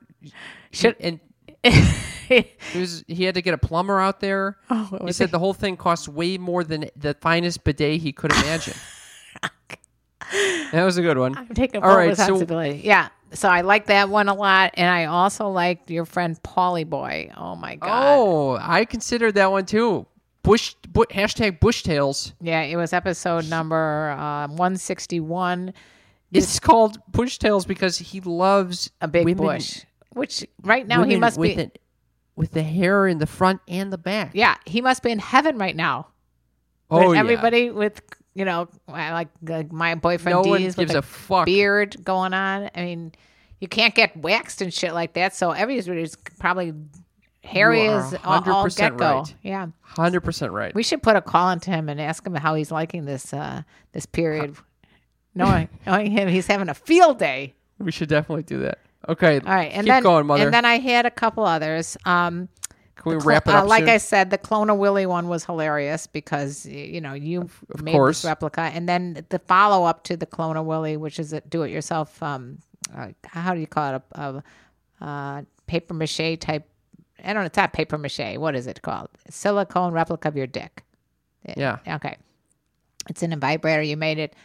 Speaker 4: Should-
Speaker 2: and
Speaker 4: oh,
Speaker 2: It was, he had to get a plumber out there.
Speaker 4: what
Speaker 2: he
Speaker 4: Oh, was
Speaker 2: said the whole thing costs way more than the finest bidet he could imagine. that was a good one.
Speaker 4: I'm taking
Speaker 2: All
Speaker 4: full
Speaker 2: right, so-
Speaker 4: responsibility. yeah. So I like that one a lot, and I also liked your friend Paulie Boy. Oh my god!
Speaker 2: Oh, I considered that one too. Bush, bu- hashtag bushtails.
Speaker 4: Yeah, it was episode number uh, one sixty one.
Speaker 2: It's called bushtails because he loves
Speaker 4: A big
Speaker 2: women-
Speaker 4: bush, which right now he
Speaker 2: women
Speaker 4: must
Speaker 2: with
Speaker 4: be.
Speaker 2: it- with the hair in the front and the back.
Speaker 4: Yeah, he must be in heaven right now.
Speaker 2: oh
Speaker 4: with
Speaker 2: yeah.
Speaker 4: everybody with you know I like, like my boyfriend
Speaker 2: No one
Speaker 4: D's with
Speaker 2: gives
Speaker 4: a,
Speaker 2: a fuck.
Speaker 4: beard going on. I mean, you can't get waxed and shit like that. So everybody's probably hairy
Speaker 2: You are
Speaker 4: as all, all
Speaker 2: 100%
Speaker 4: get go.
Speaker 2: right.
Speaker 4: Yeah,
Speaker 2: Hundred percent right.
Speaker 4: we should put a call into him and ask him how he's liking this uh this period. knowing knowing him, he's having a field day.
Speaker 2: We should definitely do that. Okay.
Speaker 4: All right, and
Speaker 2: keep
Speaker 4: then
Speaker 2: going, mother.
Speaker 4: and then I had a couple others. Um,
Speaker 2: Can we wrap it
Speaker 4: uh,
Speaker 2: up?
Speaker 4: like
Speaker 2: soon?
Speaker 4: I said, the Clona Willy one was hilarious because y- you know you made
Speaker 2: course.
Speaker 4: this replica, and then the follow up to the Clona Willy, which is a do-it-yourself. Um, uh, how do you call it? A, a uh, paper mache type. I don't. know. It's not paper mache. What is it called? Silicone replica of your dick.
Speaker 2: yeah.
Speaker 4: Okay. It's in a vibrator. You made it,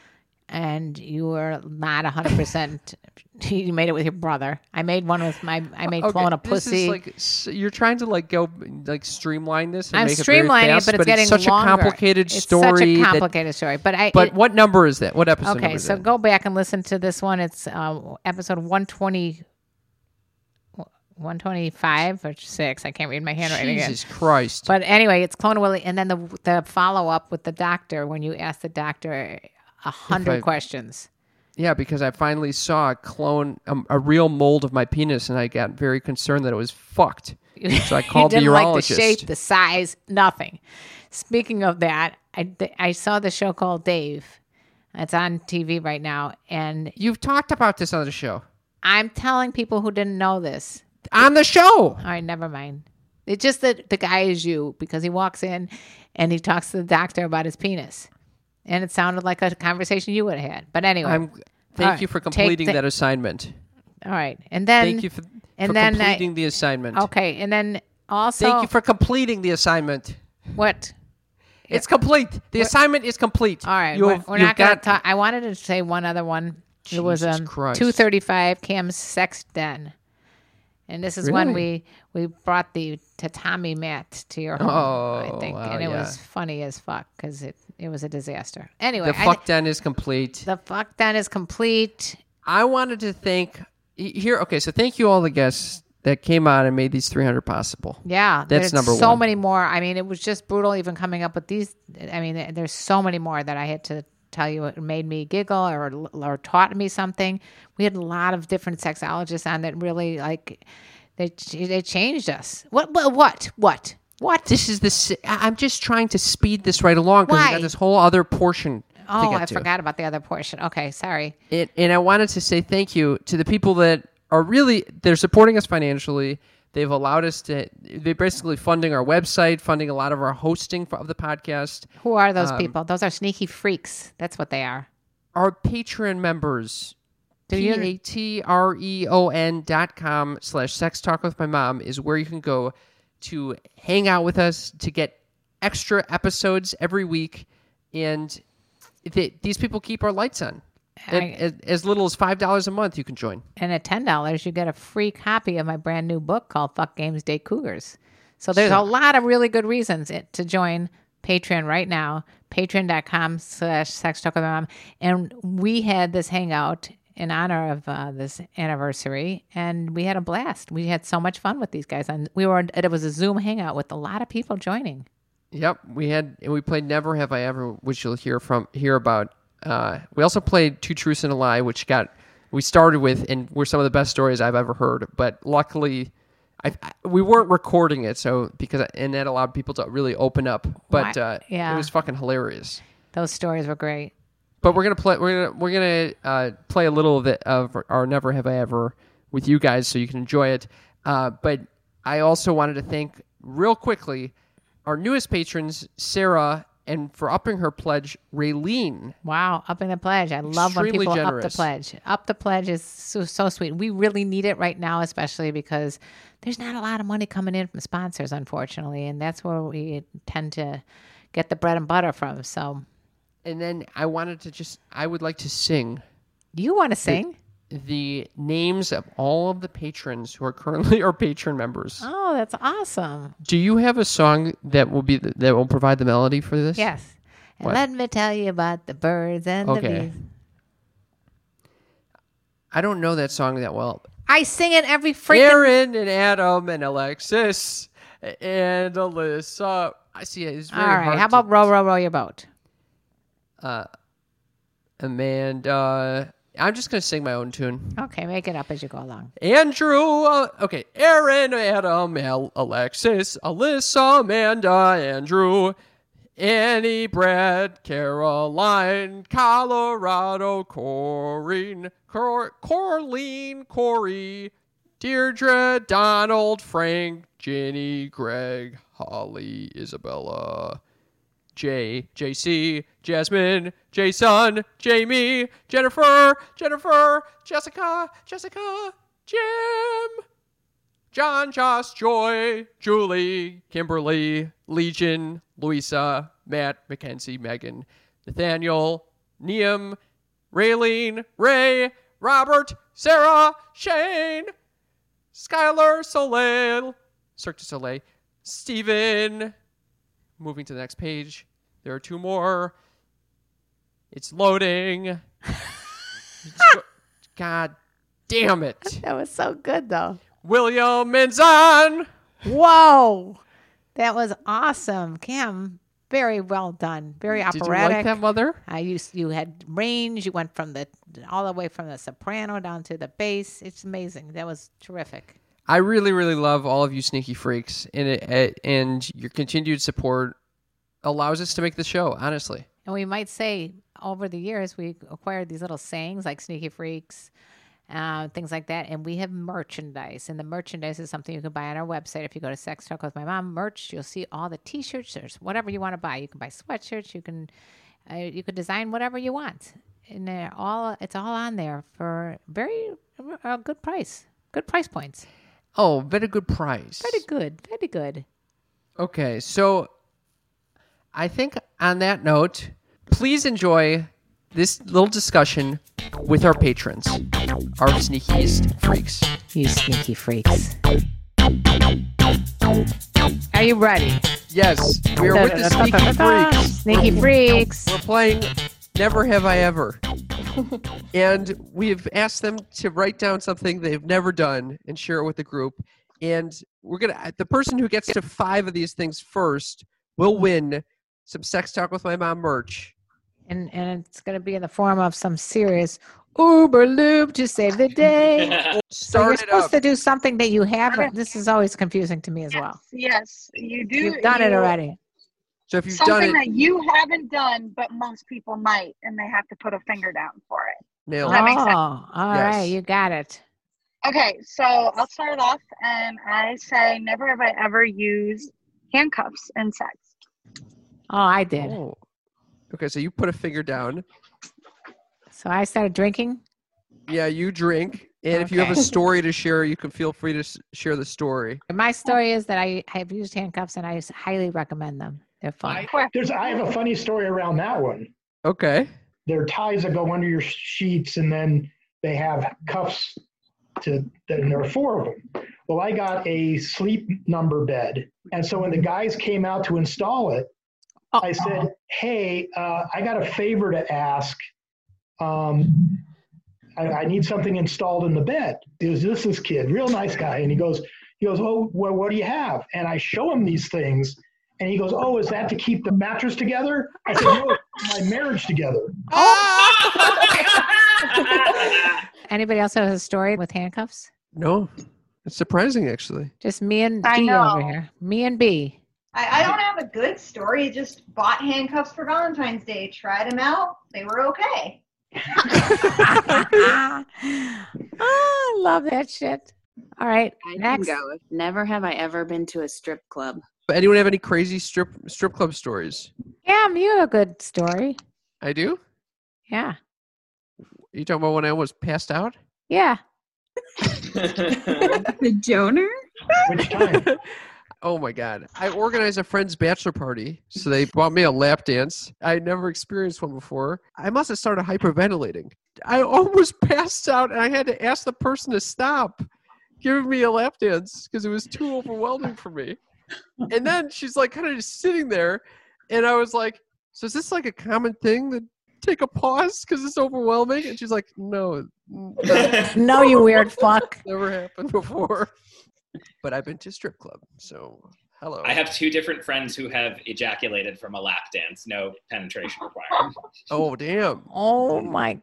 Speaker 4: and you were not hundred percent. You made it with your brother. I made one with my. I made
Speaker 2: Okay,
Speaker 4: Clona
Speaker 2: this
Speaker 4: pussy.
Speaker 2: Is like s- you're trying to like go like streamline this. And
Speaker 4: I'm
Speaker 2: make
Speaker 4: streamlining
Speaker 2: it, very
Speaker 4: it,
Speaker 2: fast,
Speaker 4: but it's getting
Speaker 2: such a
Speaker 4: longer.
Speaker 2: complicated
Speaker 4: It's
Speaker 2: story.
Speaker 4: Such a
Speaker 2: that-
Speaker 4: complicated story, but I.
Speaker 2: but
Speaker 4: it-
Speaker 2: what number is that? What episode? number
Speaker 4: okay,
Speaker 2: is
Speaker 4: so
Speaker 2: that?
Speaker 4: go back and listen to this one. It's uh, episode 120, 125 or six. I can't read my handwriting. again.
Speaker 2: Jesus Christ!
Speaker 4: But anyway, it's Clone Willie, and then the the follow up with the doctor when you ask the doctor a
Speaker 2: I-
Speaker 4: hundred questions.
Speaker 2: yeah, because I finally saw a clone, um, a real mold of my penis, and I got very concerned that it was fucked. So I called
Speaker 4: you
Speaker 2: the
Speaker 4: didn't like the
Speaker 2: urologist.
Speaker 4: shape, the size, nothing. Speaking of that, I, th- I saw the show called Dave. It's on TV right now, and
Speaker 2: You've talked about this on the show.
Speaker 4: I'm telling people who didn't know this.
Speaker 2: On the show.
Speaker 4: All right, never mind. It's just that the guy is you because he walks in and he talks to the doctor about his penis. And it sounded like a conversation you would have had. But anyway,
Speaker 2: I'm. Thank
Speaker 4: right,
Speaker 2: you for
Speaker 4: take
Speaker 2: completing
Speaker 4: the-
Speaker 2: that assignment.
Speaker 4: all right. And then,
Speaker 2: Thank you for,
Speaker 4: and
Speaker 2: for
Speaker 4: then I-
Speaker 2: completing the assignment.
Speaker 4: okay. And then also,
Speaker 2: Thank you for completing the assignment.
Speaker 4: what?
Speaker 2: It's complete. The assignment is complete.
Speaker 4: All right,
Speaker 2: You
Speaker 4: we're,
Speaker 2: have-
Speaker 4: we're
Speaker 2: you've
Speaker 4: not going to
Speaker 2: got-
Speaker 4: talk. I wanted to say one other one. it was
Speaker 2: Jesus
Speaker 4: um,
Speaker 2: Christ.
Speaker 4: two thirty-five. Cam's sex den, and this is when
Speaker 2: Really?
Speaker 4: we we brought the tatami mat to your home. I think,
Speaker 2: wow,
Speaker 4: and it
Speaker 2: yeah.
Speaker 4: was funny as fuck because it it was a disaster. Anyway,
Speaker 2: The
Speaker 4: I-
Speaker 2: fuck den is complete.
Speaker 4: the fuck den is complete.
Speaker 2: I wanted to thank y- here. Okay, so thank you all the guests that came on and made these 300 possible.
Speaker 4: Yeah,
Speaker 2: That's
Speaker 4: there's
Speaker 2: number
Speaker 4: so
Speaker 2: one.
Speaker 4: many more. I mean, it was just brutal even coming up with these. I mean, there- there's so many more that I had to tell you. It made me giggle or or taught me something. We had a lot of different sexologists on that really like they ch- they changed us. What what what what what?
Speaker 2: This is the. s- I- I'm just trying to speed this right along because we
Speaker 4: Why?
Speaker 2: got this whole other portion. to
Speaker 4: oh,
Speaker 2: get
Speaker 4: I
Speaker 2: to.
Speaker 4: forgot about the other portion. Okay, sorry.
Speaker 2: And, and I wanted to say thank you to the people that are really they're supporting us financially. They've allowed us to. They're basically funding our website, funding a lot of our hosting for, of the podcast.
Speaker 4: Who are those
Speaker 2: Um,
Speaker 4: people? Those are sneaky freaks. That's what they are.
Speaker 2: Our Patreon members.
Speaker 4: Do
Speaker 2: P
Speaker 4: you-
Speaker 2: A T R E O N dot com slash sex talk with my mom is where you can go to hang out with us to get extra episodes every week. And th these people keep our lights on. At-
Speaker 4: I-
Speaker 2: as, as little as $5 a month, you can join.
Speaker 4: and at ten dollars you get a free copy of my brand new book called Fuck Games Day Cougars. So there's a lot of really good reasons it, to join Patreon right now. Patreon.com slash sex talk with my mom. And we had this hangout in honor of uh, this anniversary and we had a blast. We had so much fun with these guys and we were it was a Zoom hangout with a lot of people joining.
Speaker 2: Yep, we had and we played Never Have I Ever, which you'll hear from hear about. Uh, we also played Two Truths and a Lie, which got we started with and were some of the best stories I've ever heard. But luckily, I, I- we weren't recording it, so because and that allowed people to really open up. But
Speaker 4: Why-
Speaker 2: uh,
Speaker 4: yeah.
Speaker 2: it was fucking hilarious.
Speaker 4: Those stories were great.
Speaker 2: But we're gonna play we're gonna we're gonna uh, play a little of it of our Never Have I Ever with you guys, so you can enjoy it. Uh, but I also wanted to thank real quickly our newest patrons, Sarah and for upping her pledge, Raylene.
Speaker 4: Wow, upping the pledge. I love when
Speaker 2: Extremely
Speaker 4: people up
Speaker 2: generous.
Speaker 4: the pledge. Up the pledge is so, so sweet. We really need it right now, especially because there's not a lot of money coming in from sponsors, unfortunately. And that's where we tend to get the bread and butter from. So
Speaker 2: And then I wanted to just, I would like to sing
Speaker 4: you want to sing?
Speaker 2: the names of all of the patrons who are currently our patron members.
Speaker 4: Oh, that's awesome.
Speaker 2: Do you have a song that will be the, that will provide the melody for this?
Speaker 4: Yes. And
Speaker 2: What?
Speaker 4: let me tell you about the birds and the
Speaker 2: Okay.
Speaker 4: bees.
Speaker 2: I don't know that song that well.
Speaker 4: I sing it every freaking
Speaker 2: Aaron and Adam and Alexis and Alyssa. I see. It's very
Speaker 4: All right.
Speaker 2: hard
Speaker 4: How
Speaker 2: to-
Speaker 4: about row, row, row your boat?
Speaker 2: Amanda? I'm just gonna sing my own tune.
Speaker 4: Okay, make it up as you go along.
Speaker 2: Andrew, uh, okay, Aaron, Adam, Al- Alexis, Alyssa, Amanda, Andrew, Annie, Brad, Caroline, Colorado, Corinne, Cor- Corleen, Corey, Deirdre, Donald, Frank, Ginny, Greg, Holly, Isabella. J, JC, Jasmine, Jason, Jamie, Jennifer, Jennifer, Jessica, Jessica, Jim, John, Josh, Joy, Julie, Kimberly, Legion, Louisa, Matt, Mackenzie, Megan, Nathaniel, Neum, Raylene, Ray, Robert, Sarah, Shane, Skylar, Soleil, Cirque du Soleil, Steven, Moving to the next page. There are two more. It's loading. God damn it.
Speaker 3: That was so good, though.
Speaker 2: William Minzon.
Speaker 4: Whoa, that was awesome, Kim. Very well done. Very
Speaker 2: Did you like
Speaker 4: operatic.
Speaker 2: that, mother?
Speaker 4: I used you had range. You went from the all the way from the soprano down to the bass. It's amazing. That was terrific.
Speaker 2: I really, really love all of you sneaky freaks, and it, it, and your continued support allows us to make the show. Honestly,
Speaker 4: And we might say over the years we acquired these little sayings like sneaky freaks, uh, things like that, and we have merchandise. And the merchandise is something you can buy on our website. If you go to Sex Talk with My Mom merch, you'll see all the T-shirts. There's whatever you want to buy. You can buy sweatshirts. You can uh, you can design whatever you want, and they're all it's all on there for very uh, good price. Good price points.
Speaker 2: oh, but a good price.
Speaker 4: Very good. Very good.
Speaker 2: Okay, so I think on that note, please enjoy this little discussion with our patrons, our sneakiest freaks.
Speaker 4: You sneaky freaks. Are you ready?
Speaker 2: Yes, we are with the sneaky freaks.
Speaker 4: Sneaky freaks.
Speaker 2: We're playing Never Have I Ever. and we've asked them to write down something they've never done and share it with the group. And we're going to, the person who gets to five of these things first will win some Sex Talk with My Mom merch.
Speaker 4: And and it's gonna be in the form of some serious Uber lube to save the day. so
Speaker 2: Start
Speaker 4: you're
Speaker 2: it
Speaker 4: supposed
Speaker 2: up.
Speaker 4: to do something that you haven't. This is always confusing to me as well.
Speaker 5: Yes, you do.
Speaker 4: You've done it
Speaker 5: you-
Speaker 4: already.
Speaker 2: So if you've done
Speaker 5: Something
Speaker 2: it,
Speaker 5: that you haven't done, but most people might, and they have to put a finger down for it.
Speaker 2: nail
Speaker 4: Oh,
Speaker 5: Does
Speaker 2: it.
Speaker 5: that make sense?
Speaker 4: all right,
Speaker 2: Yes.
Speaker 4: you got it.
Speaker 5: Okay, so I'll start it off, and I say never have I ever used handcuffs in sex.
Speaker 4: Oh, I did.
Speaker 2: Oh. Okay, so you put a finger down.
Speaker 4: So I started drinking.
Speaker 2: Yeah, you drink. And if you have a
Speaker 4: Okay.
Speaker 2: story to share, you can feel free to s- share the story.
Speaker 4: And my story is that I have used handcuffs and I s- highly recommend them. They're fun.
Speaker 5: Quick.
Speaker 6: There's I have a funny story around that one.
Speaker 2: Okay.
Speaker 6: There are ties that go under your sheets, and then they have cuffs. To then there are four of them. Well, I got a sleep number bed, and so when the guys came out to install it, I said, "Hey, uh, I got a favor to ask. Um, I, I need something installed in the bed." It was this this kid, real nice guy, and he goes, he goes, "Oh, well, what do you have?" And I show him these things, and he goes, "Oh, is that to keep the mattress together?" I said, "No, it's my marriage together."
Speaker 4: Oh. Anybody else have a story with handcuffs?
Speaker 2: No, it's surprising actually.
Speaker 4: Just me and
Speaker 7: I
Speaker 4: B over
Speaker 7: know.
Speaker 4: here. Me and B.
Speaker 7: I, I don't have a good story. Just bought handcuffs for Valentine's Day. Tried them out. They were okay.
Speaker 4: ah, I love that shit. All right,
Speaker 8: I
Speaker 4: next.
Speaker 8: can go. Never have I ever been to a strip club.
Speaker 2: Anyone have any crazy strip strip club stories?
Speaker 4: Cam, you have a good story.
Speaker 2: I do.
Speaker 4: Yeah.
Speaker 2: You talking about when I was passed out?
Speaker 4: Yeah.
Speaker 8: The donor?
Speaker 6: Which time?
Speaker 2: Oh my god! I organized a friend's bachelor party, so they bought me a lap dance. I never experienced one before. I must have started hyperventilating. I almost passed out, and I had to ask the person to stop giving me a lap dance because it was too overwhelming for me. And then she's like, kind of just sitting there, and I was like, "So is this like a common thing that take a pause because it's overwhelming?" And she's like, "No, that's
Speaker 3: No, you weird fuck.
Speaker 2: never happened before." But I've been to strip club, so hello.
Speaker 9: I have two different friends who have ejaculated from a lap dance, no penetration required.
Speaker 2: Oh damn.
Speaker 3: Oh my.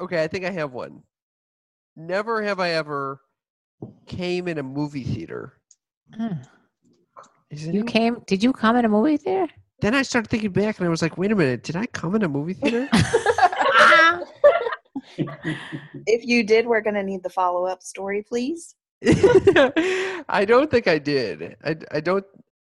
Speaker 2: Okay, I think I have one. Never have I ever came in a movie theater.
Speaker 4: Mm.
Speaker 2: Isn't
Speaker 4: You
Speaker 2: it-
Speaker 4: came. Did you come in a movie theater?
Speaker 2: Then I started thinking back and I was like, wait a minute, did I come in a movie theater?
Speaker 4: Ah,
Speaker 8: If you did, we're going to need the follow up story, please.
Speaker 2: I don't think I did. I, I don't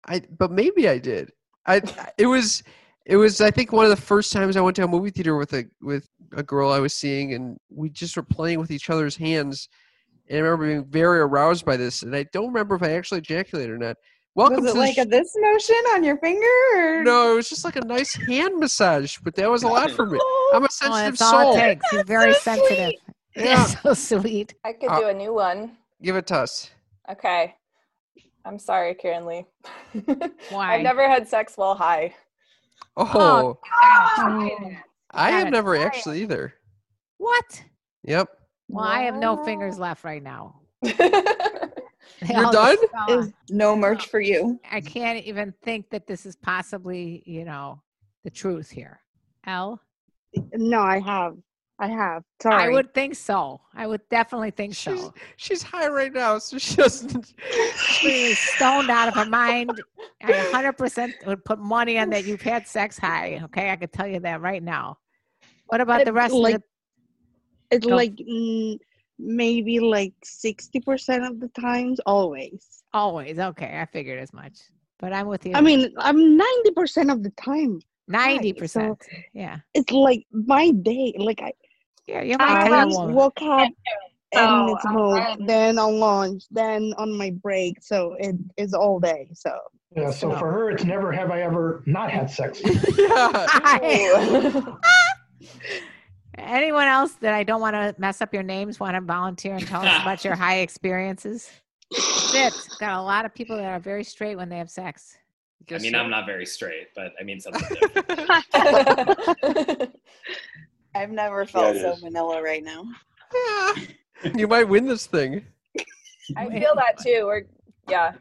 Speaker 2: I but maybe I did. I it was it was I think one of the first times I went to a movie theater with a with a girl I was seeing and we just were playing with each other's hands and I remember being very aroused by this and I don't remember if I actually ejaculated or not. Welcome
Speaker 8: Was
Speaker 2: to
Speaker 8: it
Speaker 2: the
Speaker 8: like
Speaker 2: sh-
Speaker 8: a this motion on your finger? Or?
Speaker 2: No, it was just like a nice hand massage, but that was a lot for me. I'm a
Speaker 4: Oh,
Speaker 2: sensitive
Speaker 4: that's all
Speaker 2: soul.
Speaker 4: it takes. You're very
Speaker 8: so sweet.
Speaker 4: sensitive.
Speaker 2: Yeah.
Speaker 4: That's so sweet.
Speaker 10: I could
Speaker 2: Uh,
Speaker 10: do a new one.
Speaker 2: Give it to us.
Speaker 10: Okay. I'm sorry, Karen Lee.
Speaker 4: Why?
Speaker 10: I've never had sex while high.
Speaker 2: Oh,
Speaker 4: Oh,
Speaker 2: I
Speaker 4: got
Speaker 2: have
Speaker 4: it.
Speaker 2: never actually either.
Speaker 4: what?
Speaker 2: Yep.
Speaker 4: Well, I have no fingers left right now. They
Speaker 2: You're
Speaker 4: all
Speaker 2: done?
Speaker 4: just fell
Speaker 8: Is
Speaker 4: off.
Speaker 8: no merch for you.
Speaker 4: I can't even think that this is possibly, you know, the truth here. L.
Speaker 5: no, I have. I have.
Speaker 4: I
Speaker 5: Sorry.
Speaker 4: would think so. I would definitely think
Speaker 2: She's-
Speaker 4: so.
Speaker 2: She's high right now, so she doesn't.
Speaker 4: She is stoned out of her mind. I 100% would put money on that. You've had sex high. Okay. I could tell you that right now. What about the
Speaker 5: I'd
Speaker 4: rest
Speaker 5: like-
Speaker 4: of
Speaker 5: It's
Speaker 4: Go.
Speaker 5: like mm, maybe like 60% of the times, always.
Speaker 4: the always? Okay. I figured as much, but I'm with you.
Speaker 5: I mean, I'm 90% of the time.
Speaker 4: 90%.
Speaker 5: so-
Speaker 4: yeah.
Speaker 5: It's like my day. Like I,
Speaker 4: Yeah. You're my
Speaker 5: I
Speaker 4: type
Speaker 10: have
Speaker 4: of
Speaker 5: just
Speaker 4: woman.
Speaker 5: woke up and
Speaker 10: So,
Speaker 5: it's
Speaker 10: um,
Speaker 5: home,
Speaker 10: I'm-
Speaker 5: then on lunch, then on my break. So it is all day. So
Speaker 6: Yeah, so
Speaker 4: No.
Speaker 6: for her, it's never have I ever not had sex.
Speaker 2: yeah.
Speaker 4: Anyone else that I don't want to mess up your names want to volunteer and tell us about your high experiences? That's it. Got a lot of people that are very straight when they have sex.
Speaker 9: I
Speaker 2: Guess
Speaker 9: mean,
Speaker 2: so.
Speaker 9: I'm not very straight, but I mean something different.
Speaker 8: I've never
Speaker 11: Yeah,
Speaker 8: felt
Speaker 11: it
Speaker 8: so
Speaker 11: is.
Speaker 8: vanilla right now.
Speaker 2: Yeah. You might win this thing.
Speaker 10: I feel that too. Or yeah.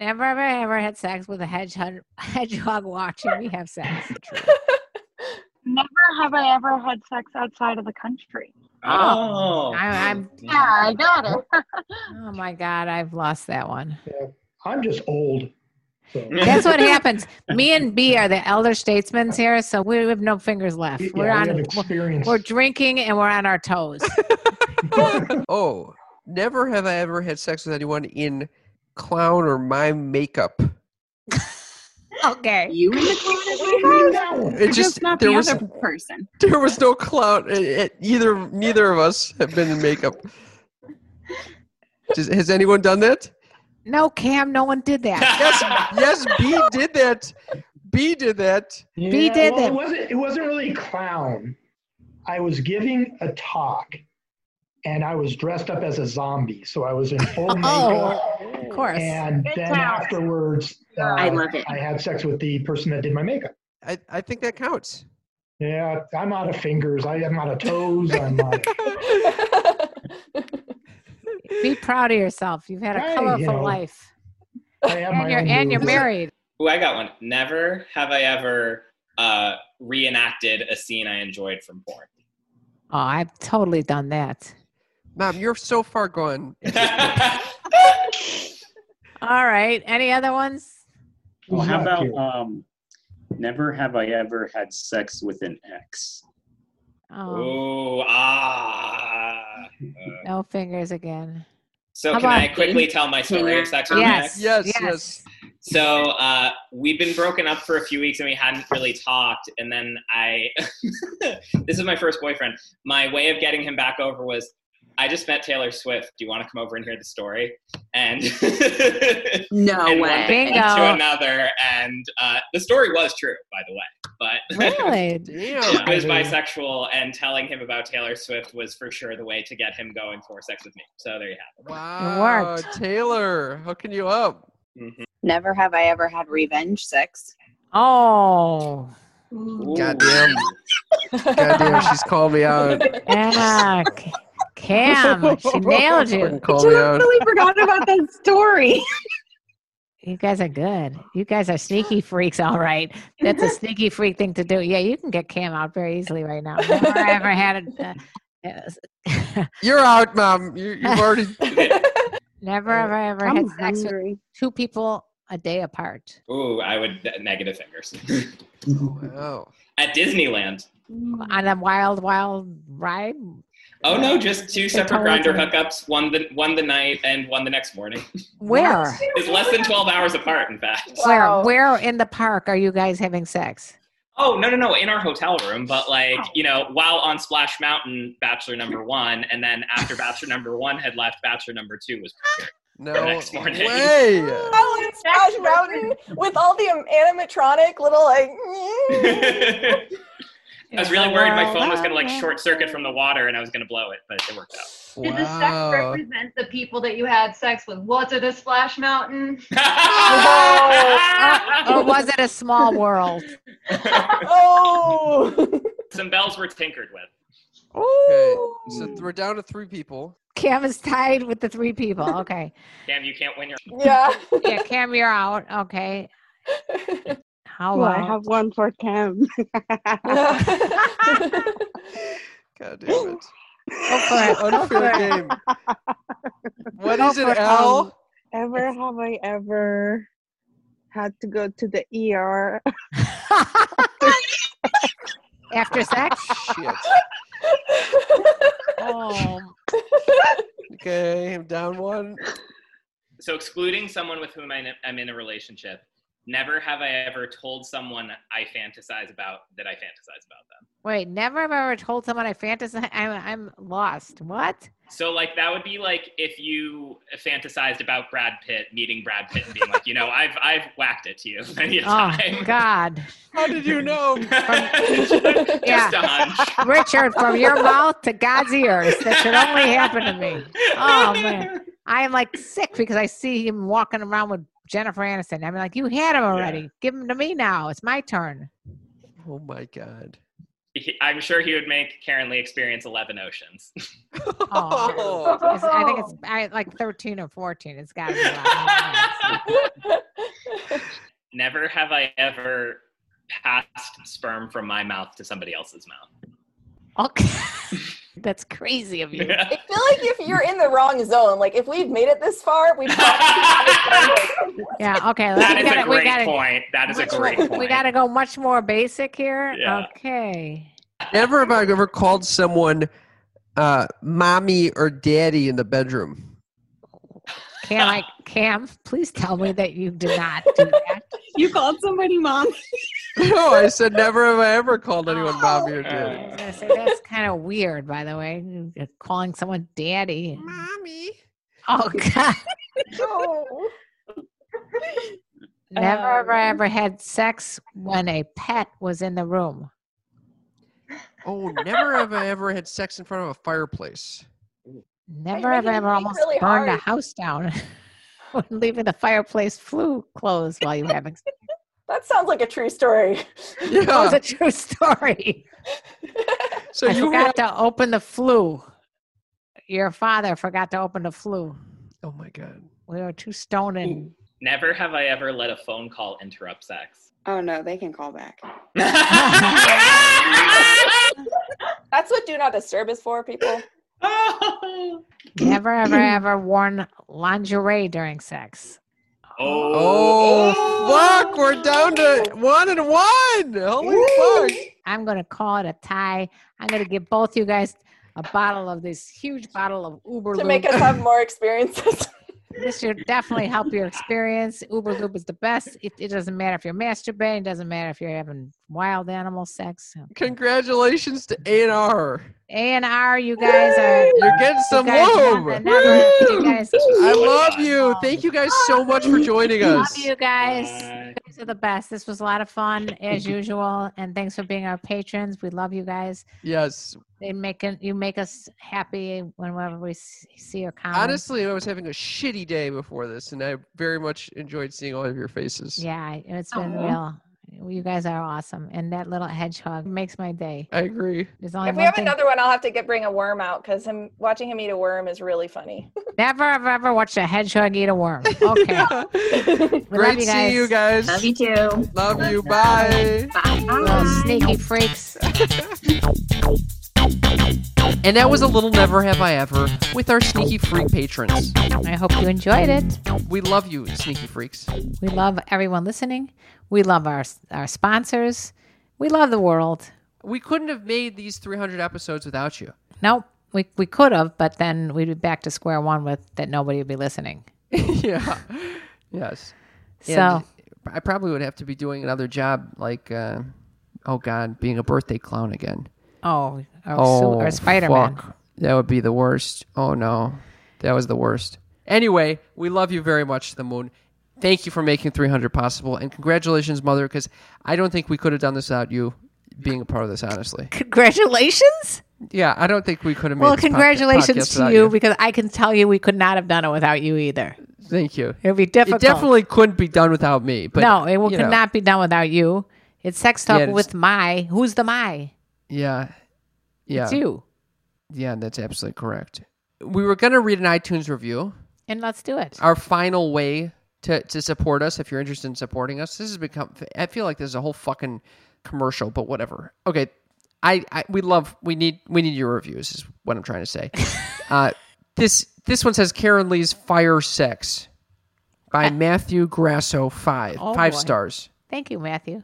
Speaker 4: Never ever ever had sex with a hedgehog, hedgehog watching me have sex.
Speaker 5: never have I ever had sex outside of the country.
Speaker 9: Oh.
Speaker 4: I, I'm.
Speaker 5: Yeah, I got it.
Speaker 4: Oh my god, I've lost that one.
Speaker 6: I'm just old. So
Speaker 4: That's what happens. Me and B are the elder statesmen here, so we have no fingers left.
Speaker 6: yeah,
Speaker 4: We're
Speaker 6: we have
Speaker 4: on.
Speaker 6: experience.
Speaker 4: We're drinking and we're on our toes.
Speaker 2: Oh, never have I ever had sex with anyone in clown or mime makeup.
Speaker 4: Okay.
Speaker 8: You in the
Speaker 6: That one.
Speaker 2: It just there was
Speaker 8: person.
Speaker 2: there was no clown. It, it- either neither of us have been in makeup. Does, has anyone done that?
Speaker 4: No, Cam, no one did that.
Speaker 2: Yes, yes. B did that. B did that.
Speaker 6: Yeah,
Speaker 4: did
Speaker 6: well,
Speaker 4: it.
Speaker 6: it. wasn't, it wasn't really clown. I was giving a talk and I was dressed up as a zombie. So I was in full
Speaker 4: Oh,
Speaker 6: makeup.
Speaker 4: Of course.
Speaker 6: And
Speaker 7: Good
Speaker 6: then
Speaker 7: job.
Speaker 6: afterwards, uh,
Speaker 7: I
Speaker 8: it.
Speaker 6: I had sex with the person that did my makeup.
Speaker 2: I, I think that counts.
Speaker 6: Yeah, I'm out of fingers. I, I'm out of toes. I'm out of,
Speaker 4: Be proud of yourself. You've had a
Speaker 6: Hey,
Speaker 4: colorful
Speaker 6: you know,
Speaker 4: life,
Speaker 6: I have my
Speaker 4: and you're
Speaker 6: own
Speaker 4: and you're
Speaker 6: moves.
Speaker 4: married.
Speaker 9: Ooh, I got one. Never have I ever uh, reenacted a scene I enjoyed from porn.
Speaker 4: Oh, I've totally done that.
Speaker 2: Mom, you're so far gone.
Speaker 4: All right. Any other ones?
Speaker 11: Well,
Speaker 6: Who's
Speaker 11: how
Speaker 6: not
Speaker 11: about
Speaker 6: cute?
Speaker 11: um, never have I ever had sex with an ex?
Speaker 4: Oh,
Speaker 9: Ooh, ah.
Speaker 4: no fingers again.
Speaker 9: So
Speaker 2: How
Speaker 9: can
Speaker 2: about
Speaker 9: I quickly
Speaker 2: dating?
Speaker 9: tell my story of sex on
Speaker 2: Yes,
Speaker 9: X?
Speaker 2: yes, yes.
Speaker 9: So uh, we've been broken up for a few weeks and we hadn't really talked. And then I, this is my first boyfriend. My way of getting him back over was, I just met Taylor Swift. Do you want to come over and hear the story? And
Speaker 12: No way.
Speaker 9: and One thing led
Speaker 12: Bingo.
Speaker 4: Oh.
Speaker 9: to another, and uh, the story was true, by the way. But
Speaker 4: Really?
Speaker 9: Yeah, I was bisexual, and telling him about Taylor Swift was for sure the way to get him going for sex with me. So there you have it.
Speaker 2: Wow,
Speaker 9: worked.
Speaker 2: Taylor, hooking you up.
Speaker 12: Never have I ever had revenge sex.
Speaker 4: Oh.
Speaker 9: Mm-hmm.
Speaker 2: Goddamn. Goddamn, she's called me out.
Speaker 4: Ah, C- Cam, she nailed you.
Speaker 2: Fucking called me
Speaker 12: Oh,
Speaker 2: out.
Speaker 12: forgot about that story.
Speaker 4: You guys are good. You guys are sneaky freaks, all right. That's a sneaky freak thing to do. Yeah, you can get Cam out very easily right now. Never ever had a, uh, yes.
Speaker 2: You're out, mom. You, you've already.
Speaker 4: never ever ever
Speaker 12: I'm
Speaker 4: had sex with two people a day apart.
Speaker 9: Ooh, I would negative fingers
Speaker 2: wow.
Speaker 9: at Disneyland.
Speaker 4: On a wild, wild ride.
Speaker 9: Oh no, just two separate
Speaker 4: totally
Speaker 9: grinder
Speaker 4: different.
Speaker 9: hookups. One the one the night and one the next morning.
Speaker 4: Where?
Speaker 9: It's less than twelve hours apart, in fact.
Speaker 4: Where where in the park are you guys having sex?
Speaker 9: Oh no no no! In our hotel room, but like
Speaker 4: Oh.
Speaker 9: you know, while on Splash Mountain, Bachelor Number One, and then after Bachelor Number One had left, Bachelor Number Two was prepared
Speaker 2: No
Speaker 9: the next morning.
Speaker 2: way.
Speaker 10: Oh, it's Splash Mountain with all the animatronic little like.
Speaker 9: I was really worried my
Speaker 10: Well,
Speaker 9: phone was gonna like
Speaker 10: well,
Speaker 9: short circuit from the water and I was gonna blow it, but it worked out.
Speaker 7: Did the sex represent the people that you had sex with? Was it a splash mountain?
Speaker 4: Or was it a small world?
Speaker 10: oh.
Speaker 9: Some bells were tinkered with.
Speaker 2: Okay, so th- we're down to three people.
Speaker 4: Cam is tied with the three people. Okay.
Speaker 9: Damn, you can't win your.
Speaker 4: yeah, Cam, you're out. Okay. How
Speaker 12: Well, I
Speaker 4: long?
Speaker 12: have one for Cam.
Speaker 2: God damn it.
Speaker 12: Go for it.
Speaker 2: Unfair
Speaker 12: Go for it.
Speaker 2: game. What
Speaker 12: Go
Speaker 2: is it,
Speaker 12: for
Speaker 2: Al?
Speaker 12: Um, ever have I ever had to go to the ER?
Speaker 4: After sex?
Speaker 2: Shit.
Speaker 4: Oh.
Speaker 2: Okay, I'm down one.
Speaker 9: So excluding someone with whom I am in a relationship, never have I ever told someone I fantasize about that I fantasize about them.
Speaker 4: Wait, never have I ever told someone I fantasize. I'm, I'm lost. What?
Speaker 9: So like that would be like if you fantasized about Brad Pitt meeting Brad Pitt and being like, you know, I've I've whacked it to you many a
Speaker 4: Oh,
Speaker 9: time.
Speaker 4: God.
Speaker 2: How did you know?
Speaker 9: Just a hunch.
Speaker 4: Richard, from your mouth to God's ears. That should only happen to me. Oh, man. I am like sick because I see him walking around with Jennifer Aniston. I'm like, you had him already. Give him to me now. It's my turn.
Speaker 2: Oh my god.
Speaker 9: He- I'm sure he would make Karen Lee experience eleven oceans.
Speaker 4: Oh, it's- I think it's I, like 13 or 14. It's got to be. a lot.
Speaker 9: Never have I ever passed sperm from my mouth to somebody else's mouth.
Speaker 4: Okay. That's crazy of you.
Speaker 10: I feel like if you're in the wrong zone, like if we've made it this far, we probably
Speaker 4: Yeah. Okay.
Speaker 9: That is
Speaker 4: gotta-
Speaker 9: a great
Speaker 4: gotta-
Speaker 9: point. That is a great point.
Speaker 4: We got to go much more basic here.
Speaker 2: Yeah.
Speaker 4: Okay.
Speaker 2: Never have I ever called someone uh, mommy or daddy in the bedroom.
Speaker 4: Cam, I, Cam, please tell me that you did not do that.
Speaker 12: you called somebody mom.
Speaker 2: no, I said never have I ever called anyone mommy or
Speaker 4: I was
Speaker 2: daddy.
Speaker 4: gonna say that's kind of weird, by the way, you're calling someone daddy.
Speaker 2: Uh, Mommy.
Speaker 4: Oh God!
Speaker 10: no.
Speaker 4: Never ever ever had sex when a pet was in the room.
Speaker 2: Oh, never have I ever had sex in front of a fireplace.
Speaker 4: Never
Speaker 10: making
Speaker 4: ever
Speaker 10: me
Speaker 4: ever
Speaker 10: think
Speaker 4: almost
Speaker 10: really
Speaker 4: burned a
Speaker 10: hard.
Speaker 4: house down. when leaving the fireplace flue closed while you were having. sex.
Speaker 10: That sounds like a true story.
Speaker 4: That was
Speaker 9: Oh.
Speaker 2: Yeah.
Speaker 4: a true story.
Speaker 2: So
Speaker 4: I
Speaker 2: you
Speaker 4: forgot to open the flue. Your father forgot to open the flue.
Speaker 2: Oh my god.
Speaker 4: We were too stoned and
Speaker 9: Never have I ever let a phone call interrupt sex.
Speaker 12: Oh no, they can call back.
Speaker 10: That's what do not disturb is for, people.
Speaker 4: never ever ever worn lingerie during sex.
Speaker 2: Oh, fuck, we're down to one and one. Holy fuck.
Speaker 4: I'm gonna call it a tie. I'm gonna give both you guys a bottle of this huge bottle of Uber
Speaker 10: to make us have more experiences.
Speaker 4: this should definitely help your experience. Uber Loop is the best. It, it doesn't matter if you're masturbating. It doesn't matter if you're having wild animal sex.
Speaker 2: Congratulations to A&R.
Speaker 4: A&R, you guys are...
Speaker 2: You're getting some
Speaker 4: you guys
Speaker 2: love.
Speaker 4: won another- you guys-
Speaker 2: I love you. Thank you guys so much for joining us.
Speaker 4: Love you guys. You guys are the best. This was a lot of fun as usual, and thanks for being our patrons. We love you guys.
Speaker 2: Yes.
Speaker 4: They make it, you make us happy whenever we s- see your
Speaker 2: Um,
Speaker 4: comments.
Speaker 2: Honestly, I was having a shitty day before this, and I very much enjoyed seeing all of your faces.
Speaker 4: yeah, it's been
Speaker 2: Aw.
Speaker 4: real. You guys are awesome, and that little hedgehog makes my day.
Speaker 2: I agree.
Speaker 4: There's only
Speaker 10: if we
Speaker 4: one
Speaker 10: have
Speaker 4: thing-
Speaker 10: another one, I'll have to get bring a worm out because him watching him eat a worm is really funny.
Speaker 4: Never have ever watched a hedgehog eat a worm. Okay.
Speaker 2: Great seeing you guys. Love you
Speaker 10: too.
Speaker 2: Love you. Bye.
Speaker 4: Little sneaky freaks.
Speaker 2: And that was a little Never Have I Ever with our Sneaky Freak patrons.
Speaker 4: I hope you enjoyed it.
Speaker 2: We love you, Sneaky Freaks.
Speaker 4: We love everyone listening. We love our our sponsors. We love the world.
Speaker 2: We couldn't have made these 300 episodes without you.
Speaker 4: Nope. We we could have, but then we'd be back to square one with that nobody would be listening.
Speaker 2: yeah. Yes.
Speaker 4: So-
Speaker 2: I probably would have to be doing another job like, uh, oh God, being a birthday clown again.
Speaker 4: Oh, or, Su- or Spider-Man.
Speaker 2: fuck. That would be the worst. Oh no. That was the worst. Anyway, we love you very much, The Moon. Thank you for making 300 possible. And congratulations, Mother, because I don't think we could have done this without you being a part of this, honestly.
Speaker 3: Congratulations.
Speaker 2: Yeah, I don't think we could have made
Speaker 3: Well,
Speaker 2: this podca-
Speaker 3: congratulations
Speaker 2: podcast
Speaker 3: to
Speaker 2: without
Speaker 3: you, because I can tell you we could not have done it without you either.
Speaker 2: Thank you.
Speaker 3: It would be difficult.
Speaker 2: It definitely couldn't be done without me. But
Speaker 4: no, it will,
Speaker 2: you
Speaker 4: could
Speaker 2: know,
Speaker 4: not be done without you. It's sex
Speaker 2: Yeah,
Speaker 4: talk
Speaker 2: it is.
Speaker 4: with my. Who's the my?
Speaker 2: Yeah. Yeah.
Speaker 4: It's you.
Speaker 2: Yeah, that's absolutely correct. We were going to read an iTunes review.
Speaker 4: And let's do it.
Speaker 2: Our final way to, to support us, if you're interested in supporting us, this has become, I feel like this is a whole fucking commercial, but whatever. Okay. I, I we love we need we need your reviews is what I'm trying to say. uh, this this one says Karen Lee's Fire Sex by Matthew Grasso five
Speaker 4: Oh,
Speaker 2: five
Speaker 4: boy.
Speaker 2: stars.
Speaker 4: Thank you, Matthew.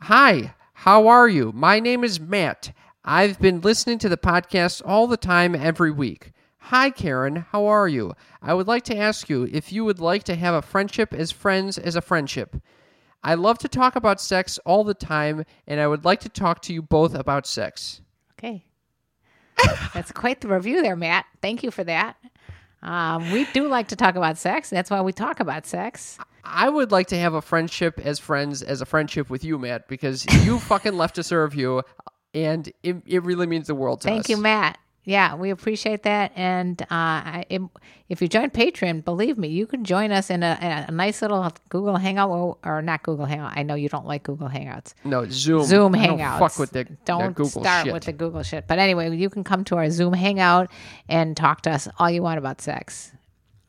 Speaker 2: Hi, how are you? My name is Matt. I've been listening to the podcast all the time every week. Hi, Karen. How are you? I would like to ask you if you would like to have a friendship as friends as a friendship. I love to talk about sex all the time, and I would like to talk to you both about sex.
Speaker 4: Okay. That's quite the review there, Matt. Thank you for that. Um, we do like to talk about sex. That's why we talk about sex.
Speaker 2: I would like to have a friendship as friends as a friendship with you, Matt, because you fucking left to serve you, and it, it really means the world to us.
Speaker 4: Thank you, Matt. Yeah, we appreciate that. And uh, I, if- if you join Patreon, believe me, you can join us in a, in a nice little Google Hangout or, or not Google Hangout. I know you don't like Google Hangouts.
Speaker 2: No, Zoom.
Speaker 4: Zoom
Speaker 2: I don't
Speaker 4: Hangouts.
Speaker 2: fuck with the, the
Speaker 4: Don't
Speaker 2: Google
Speaker 4: start
Speaker 2: shit.
Speaker 4: with the Google shit. But anyway, you can come to our Zoom Hangout and talk to us all you want about sex.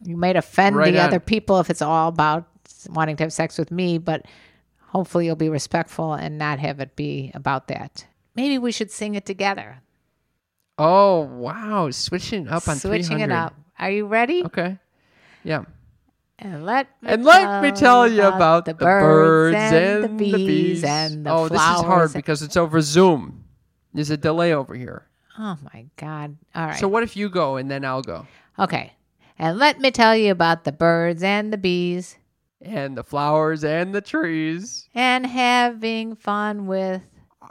Speaker 4: You might offend
Speaker 2: Right
Speaker 4: the
Speaker 2: on.
Speaker 4: other people if it's all about wanting to have sex with me, but hopefully you'll be respectful and not have it be about that. Maybe we should sing it together.
Speaker 2: Oh wow, switching up on
Speaker 4: switching
Speaker 2: 300.
Speaker 4: it up. Are you ready?
Speaker 2: Okay. Yeah.
Speaker 4: And let me
Speaker 2: And let
Speaker 4: um,
Speaker 2: me tell you about the birds, and,
Speaker 4: the bees, and the
Speaker 2: oh,
Speaker 4: flowers.
Speaker 2: this is hard because it's over Zoom. There's a delay over here.
Speaker 4: oh my god! All right.
Speaker 2: So what if you go and then I'll go?
Speaker 4: Okay. And let me tell you about the birds and the bees
Speaker 2: And the flowers and the trees
Speaker 4: and having fun with.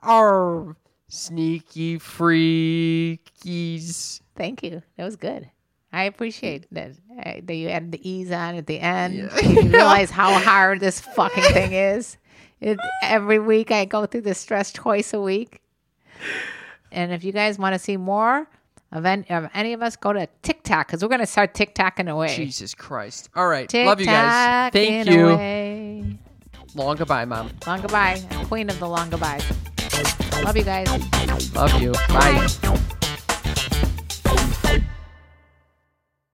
Speaker 2: are sneaky freakies.
Speaker 4: Thank you. That was good. I appreciate that, uh, that you added the E's on at the end.
Speaker 2: Yeah.
Speaker 4: You realize how hard this fucking thing is. It, every week I go through this stress twice a week. And if you guys want to see more of any, of any of us, go to TikTok because we're going to start TikToking away.
Speaker 2: Jesus Christ. All right. Love you guys. Thank
Speaker 4: TikToking
Speaker 2: you.
Speaker 4: away.
Speaker 2: Long goodbye, Mom.
Speaker 4: Long goodbye. I'm queen of the long goodbyes. Love you guys.
Speaker 2: Love you. Bye.
Speaker 4: Bye.